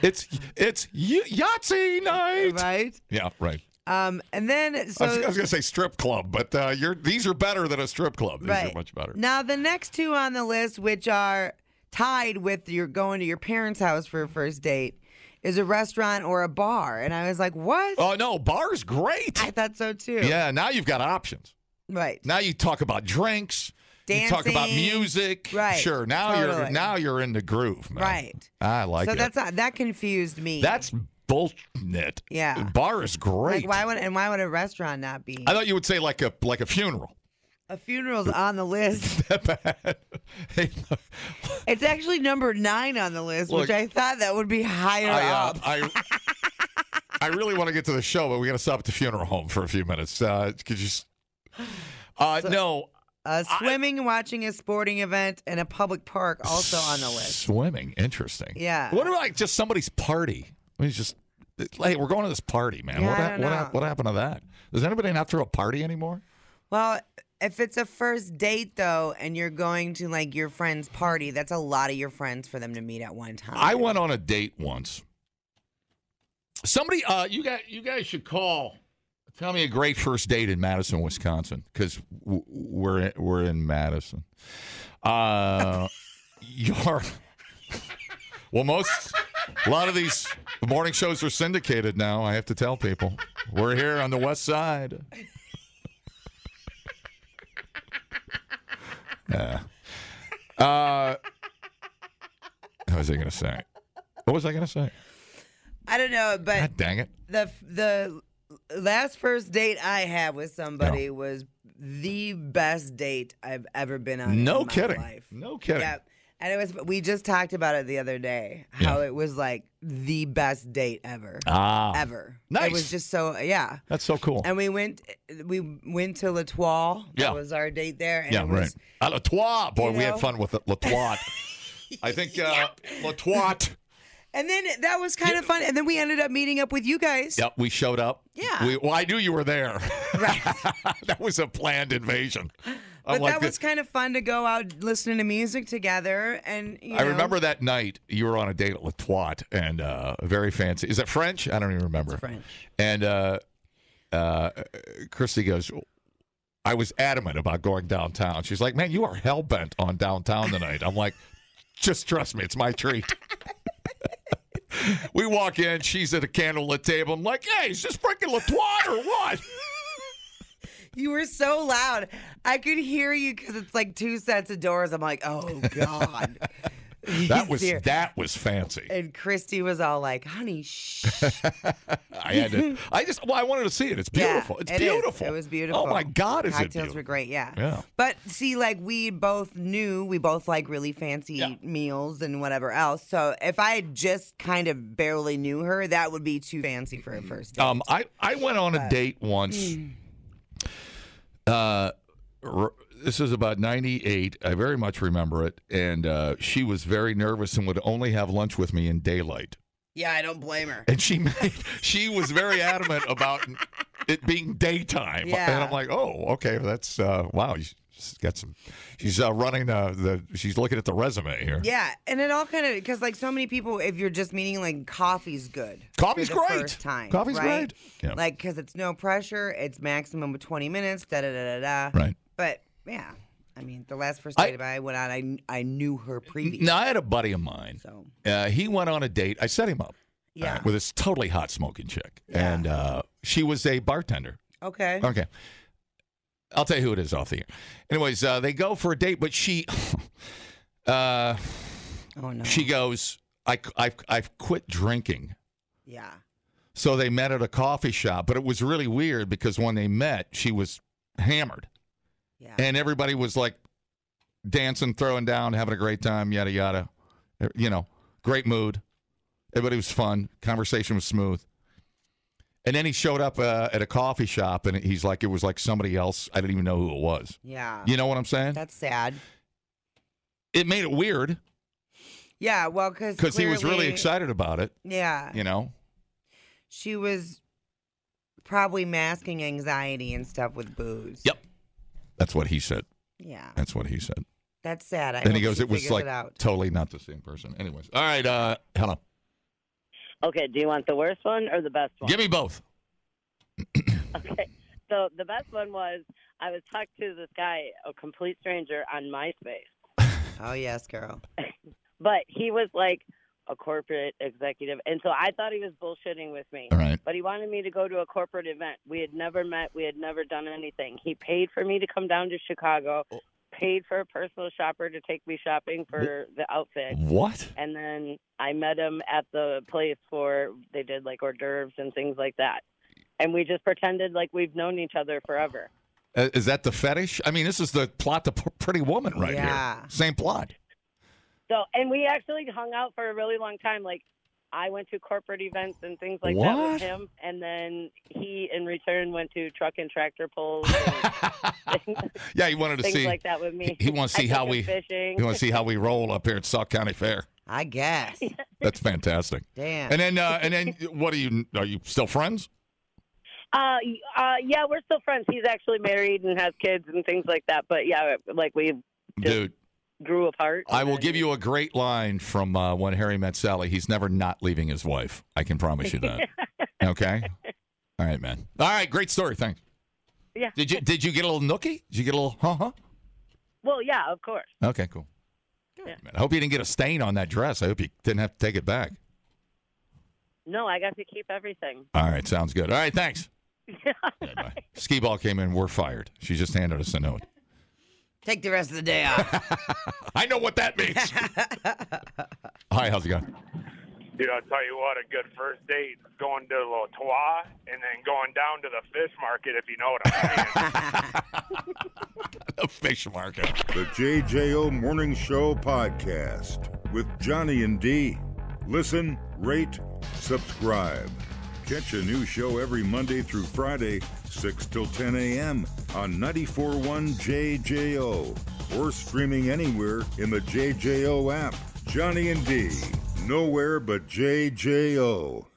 Speaker 3: it's it's y- Yahtzee night.
Speaker 5: Right.
Speaker 3: Yeah, right.
Speaker 5: Um, and then so
Speaker 3: I, was, I was gonna say strip club, but uh, you're these are better than a strip club. These
Speaker 5: right
Speaker 3: are much better.
Speaker 5: now the next two on the list, which are tied with your going to your parents' house for a first date, is a restaurant or a bar. And I was like, what?
Speaker 3: Oh no, bar's great.
Speaker 5: I thought so too.
Speaker 3: Yeah, now you've got options.
Speaker 5: Right.
Speaker 3: Now you talk about drinks. You talk about
Speaker 5: Dancing.
Speaker 3: music.
Speaker 5: Right,
Speaker 3: Sure. Now you're
Speaker 5: totally.
Speaker 3: now you're in the groove, man.
Speaker 5: Right.
Speaker 3: I like
Speaker 5: so
Speaker 3: it.
Speaker 5: that's not, that confused me.
Speaker 3: That's bullshit.
Speaker 5: Yeah.
Speaker 3: Bar is great.
Speaker 5: like why would and why would a restaurant not be?
Speaker 3: I thought you would say like a like a funeral.
Speaker 5: A funeral's on the list.
Speaker 3: That bad. Hey, look,
Speaker 5: It's actually number nine on the list,
Speaker 3: Look,
Speaker 5: which I thought that would be higher
Speaker 3: I, uh,
Speaker 5: up.
Speaker 3: I I really want to get to the show, but we got to stop at the funeral home for a few minutes. Uh, could you? s- Uh, no.
Speaker 5: Uh, swimming, watching a sporting event, and a public park also on the list.
Speaker 3: Swimming. Interesting.
Speaker 5: Yeah.
Speaker 3: What about like just somebody's party? I mean, it's just hey, we're going to this party, man.
Speaker 5: Yeah,
Speaker 3: what,
Speaker 5: I
Speaker 3: hap-
Speaker 5: don't
Speaker 3: what,
Speaker 5: know.
Speaker 3: hap- what happened to that? Does anybody not throw a party anymore?
Speaker 5: Well, if it's a first date though, and you're going to like your friend's party, that's a lot of your friends for them to meet at one time.
Speaker 3: I went on a date once. Somebody, uh, you guys, you guys should call. Tell me a great first date in Madison, Wisconsin, because w- we're in, we're in Madison. Uh, your well, most a lot of these morning shows are syndicated now. I have to tell people we're here on the West Side. Yeah. Uh, what was I going to say? What was I going to say?
Speaker 5: I don't know, but
Speaker 3: God dang it!
Speaker 5: the the last first date I had with somebody was the best date I've ever been on.
Speaker 3: No
Speaker 5: in my
Speaker 3: kidding.
Speaker 5: life.
Speaker 3: No kidding.
Speaker 5: Yep. And it was we just talked about it the other day how it was like the best date ever.
Speaker 3: Ah.
Speaker 5: ever. It
Speaker 3: Nice.
Speaker 5: was just so yeah.
Speaker 3: That's so cool.
Speaker 5: And we went we went to Latoile.
Speaker 3: Yeah.
Speaker 5: That was our date there. And
Speaker 3: yeah,
Speaker 5: it was,
Speaker 3: right. Uh, La Trois. Boy,
Speaker 5: you
Speaker 3: we
Speaker 5: know?
Speaker 3: had fun with it. La Trois. I think uh, La Trois.
Speaker 5: And then that was kind of fun. And then we ended up meeting up with you guys.
Speaker 3: Yep, we showed up.
Speaker 5: Yeah.
Speaker 3: We, well, I knew you were there. that was a planned invasion. I'm
Speaker 5: But
Speaker 3: like,
Speaker 5: that was kind of fun to go out listening to music together and you
Speaker 3: I
Speaker 5: know,
Speaker 3: remember that night you were on a date at La Trois and uh, very fancy. Is that French? I don't even remember.
Speaker 5: French.
Speaker 3: And uh, uh, Christy goes, I was adamant about going downtown. She's like, man, you are hell bent on downtown tonight. I'm like, just trust me, it's my treat. we walk in, she's at a candlelit table. I'm like, hey, is this freaking La Trois or what?
Speaker 5: You were so loud. I could hear you because it's like two sets of doors. I'm like, oh God.
Speaker 3: That
Speaker 5: He's
Speaker 3: was
Speaker 5: here.
Speaker 3: that was fancy.
Speaker 5: And Christy was all like, honey, shh.
Speaker 3: I had to. I just. Well, I wanted to see it. It's beautiful.
Speaker 5: Yeah,
Speaker 3: it's
Speaker 5: it is.
Speaker 3: beautiful.
Speaker 5: It was beautiful.
Speaker 3: Oh my God, is
Speaker 5: Cocktails
Speaker 3: it beautiful?
Speaker 5: were great, yeah.
Speaker 3: Yeah.
Speaker 5: But see, like we both knew we both like really fancy meals and whatever else. So if I just kind of barely knew her, that would be too fancy for a first date.
Speaker 3: Um, I I went on a
Speaker 5: But-
Speaker 3: date once.
Speaker 5: Hmm.
Speaker 3: Uh, r- this is about '98. I very much remember it, and uh, she was very nervous and would only have lunch with me in daylight.
Speaker 5: Yeah, I don't blame her.
Speaker 3: And she made, she was very adamant about it being daytime. And
Speaker 5: Yeah.
Speaker 3: I'm like, oh, okay, that's uh, wow. She's got some. She's uh, running uh, the. She's looking at the resume here.
Speaker 5: Yeah, and it all kind of because like so many people, if you're just meeting, like coffee's good.
Speaker 3: Coffee's
Speaker 5: for the
Speaker 3: great.
Speaker 5: First time,
Speaker 3: Coffee's
Speaker 5: right?
Speaker 3: great. Yeah.
Speaker 5: Like because it's no pressure. It's maximum of twenty minutes. Da da da da da.
Speaker 3: Right.
Speaker 5: But yeah, I mean, the last first date I, went on, I I knew her previous.
Speaker 3: Now I had a buddy of mine. Uh, he went on a date. I set him up.
Speaker 5: Yeah.
Speaker 3: uh, with this totally hot smoking chick, and uh, she was a bartender.
Speaker 5: Okay.
Speaker 3: Okay. I'll tell you who it is off the air. Anyways, uh, they go for a date, but she, uh,
Speaker 5: oh no,
Speaker 3: she goes, I, I've, I've quit drinking.
Speaker 5: Yeah.
Speaker 3: So they met at a coffee shop, but it was really weird because when they met, she was hammered.
Speaker 5: Yeah.
Speaker 3: And everybody was like dancing, throwing down, having a great time, yada, yada. Eh, You know, great mood. Everybody was fun. Conversation was smooth. And then he showed up uh, at a coffee shop and he's like, it was like somebody else. I didn't even know who it was.
Speaker 5: Yeah.
Speaker 3: You know what I'm saying?
Speaker 5: That's sad.
Speaker 3: It made it weird
Speaker 5: Yeah. Well, because
Speaker 3: because he was really excited about it,
Speaker 5: Yeah.
Speaker 3: you know?
Speaker 5: She was probably masking anxiety and stuff with booze.
Speaker 3: Yep. That's what he said.
Speaker 5: Yeah.
Speaker 3: That's what he said.
Speaker 5: That's sad. I
Speaker 3: Then he
Speaker 5: hope
Speaker 3: goes,
Speaker 5: she
Speaker 3: it was
Speaker 5: figures
Speaker 3: like
Speaker 5: it out.
Speaker 3: totally not the same person. Anyways, all right, uh, hello.
Speaker 14: Okay, do you want the worst one or the best one?
Speaker 3: Give me both.
Speaker 14: So the best one was I was talking to this guy, a complete stranger, on MySpace,
Speaker 5: Oh yes, girl.
Speaker 14: but he was like a corporate executive, and so I thought he was bullshitting with me.
Speaker 3: Right.
Speaker 14: But he wanted me to go to a corporate event. We had never met. We had never done anything. He paid for me to come down to Chicago. Paid for a personal shopper to take me shopping for the outfit.
Speaker 3: What?
Speaker 14: And then I met him at the place for they did like hors d'oeuvres and things like that. And we just pretended like we've known each other forever.
Speaker 3: Uh, is that the fetish? I mean, this is the plot to P- Pretty Woman right
Speaker 14: Yeah.
Speaker 3: here. Same plot.
Speaker 14: So, and we actually hung out for a really long time. Like, I went to corporate events and things like that
Speaker 3: What?
Speaker 14: with him, and then he, in return, went to truck and tractor pulls.
Speaker 3: Yeah, he wanted to
Speaker 14: Things
Speaker 3: see
Speaker 14: like that with me.
Speaker 3: He, he wants to
Speaker 14: I
Speaker 3: see
Speaker 14: took
Speaker 3: how
Speaker 14: him
Speaker 3: we.
Speaker 14: fishing.
Speaker 3: He wants to see how we roll up here at Sauk County Fair.
Speaker 5: I guess.
Speaker 3: That's fantastic.
Speaker 5: Damn.
Speaker 3: And then, uh, and then, what are you? Are you still friends?
Speaker 14: Uh, y- uh, yeah, we're still friends. He's actually married and has kids and things like that. But yeah, like we
Speaker 3: Dude,
Speaker 14: grew apart.
Speaker 3: I will give you a great line from uh, when Harry met Sally. He's never not leaving his wife. I can promise you that. okay. All right, man. All right, great story. Thanks.
Speaker 14: Yeah.
Speaker 3: Did you did you get a little nookie? Did you get a little huh huh?
Speaker 14: Well, yeah, of course.
Speaker 3: Okay, cool. I hope you didn't get a stain on that dress. I hope you didn't have to take it back.
Speaker 14: No, I got to keep everything.
Speaker 3: All right, sounds good. All right, thanks. Ski ball came in. We're fired. She just handed us a note.
Speaker 5: Take the rest of the day off.
Speaker 3: I know what that means. Hi, how's it going?
Speaker 15: Dude, I'll tell you what, a good first date is going to L'Otois and then going down to the fish market, if you know what I'm saying.
Speaker 3: the fish market.
Speaker 1: The JJO Morning Show podcast with Johnny and D. Listen, rate, subscribe. Catch a new show every Monday through Friday, 6 till 10 a.m. on 94.1 JJO or streaming anywhere in the JJO app. Johnny and D. Nowhere but JJO.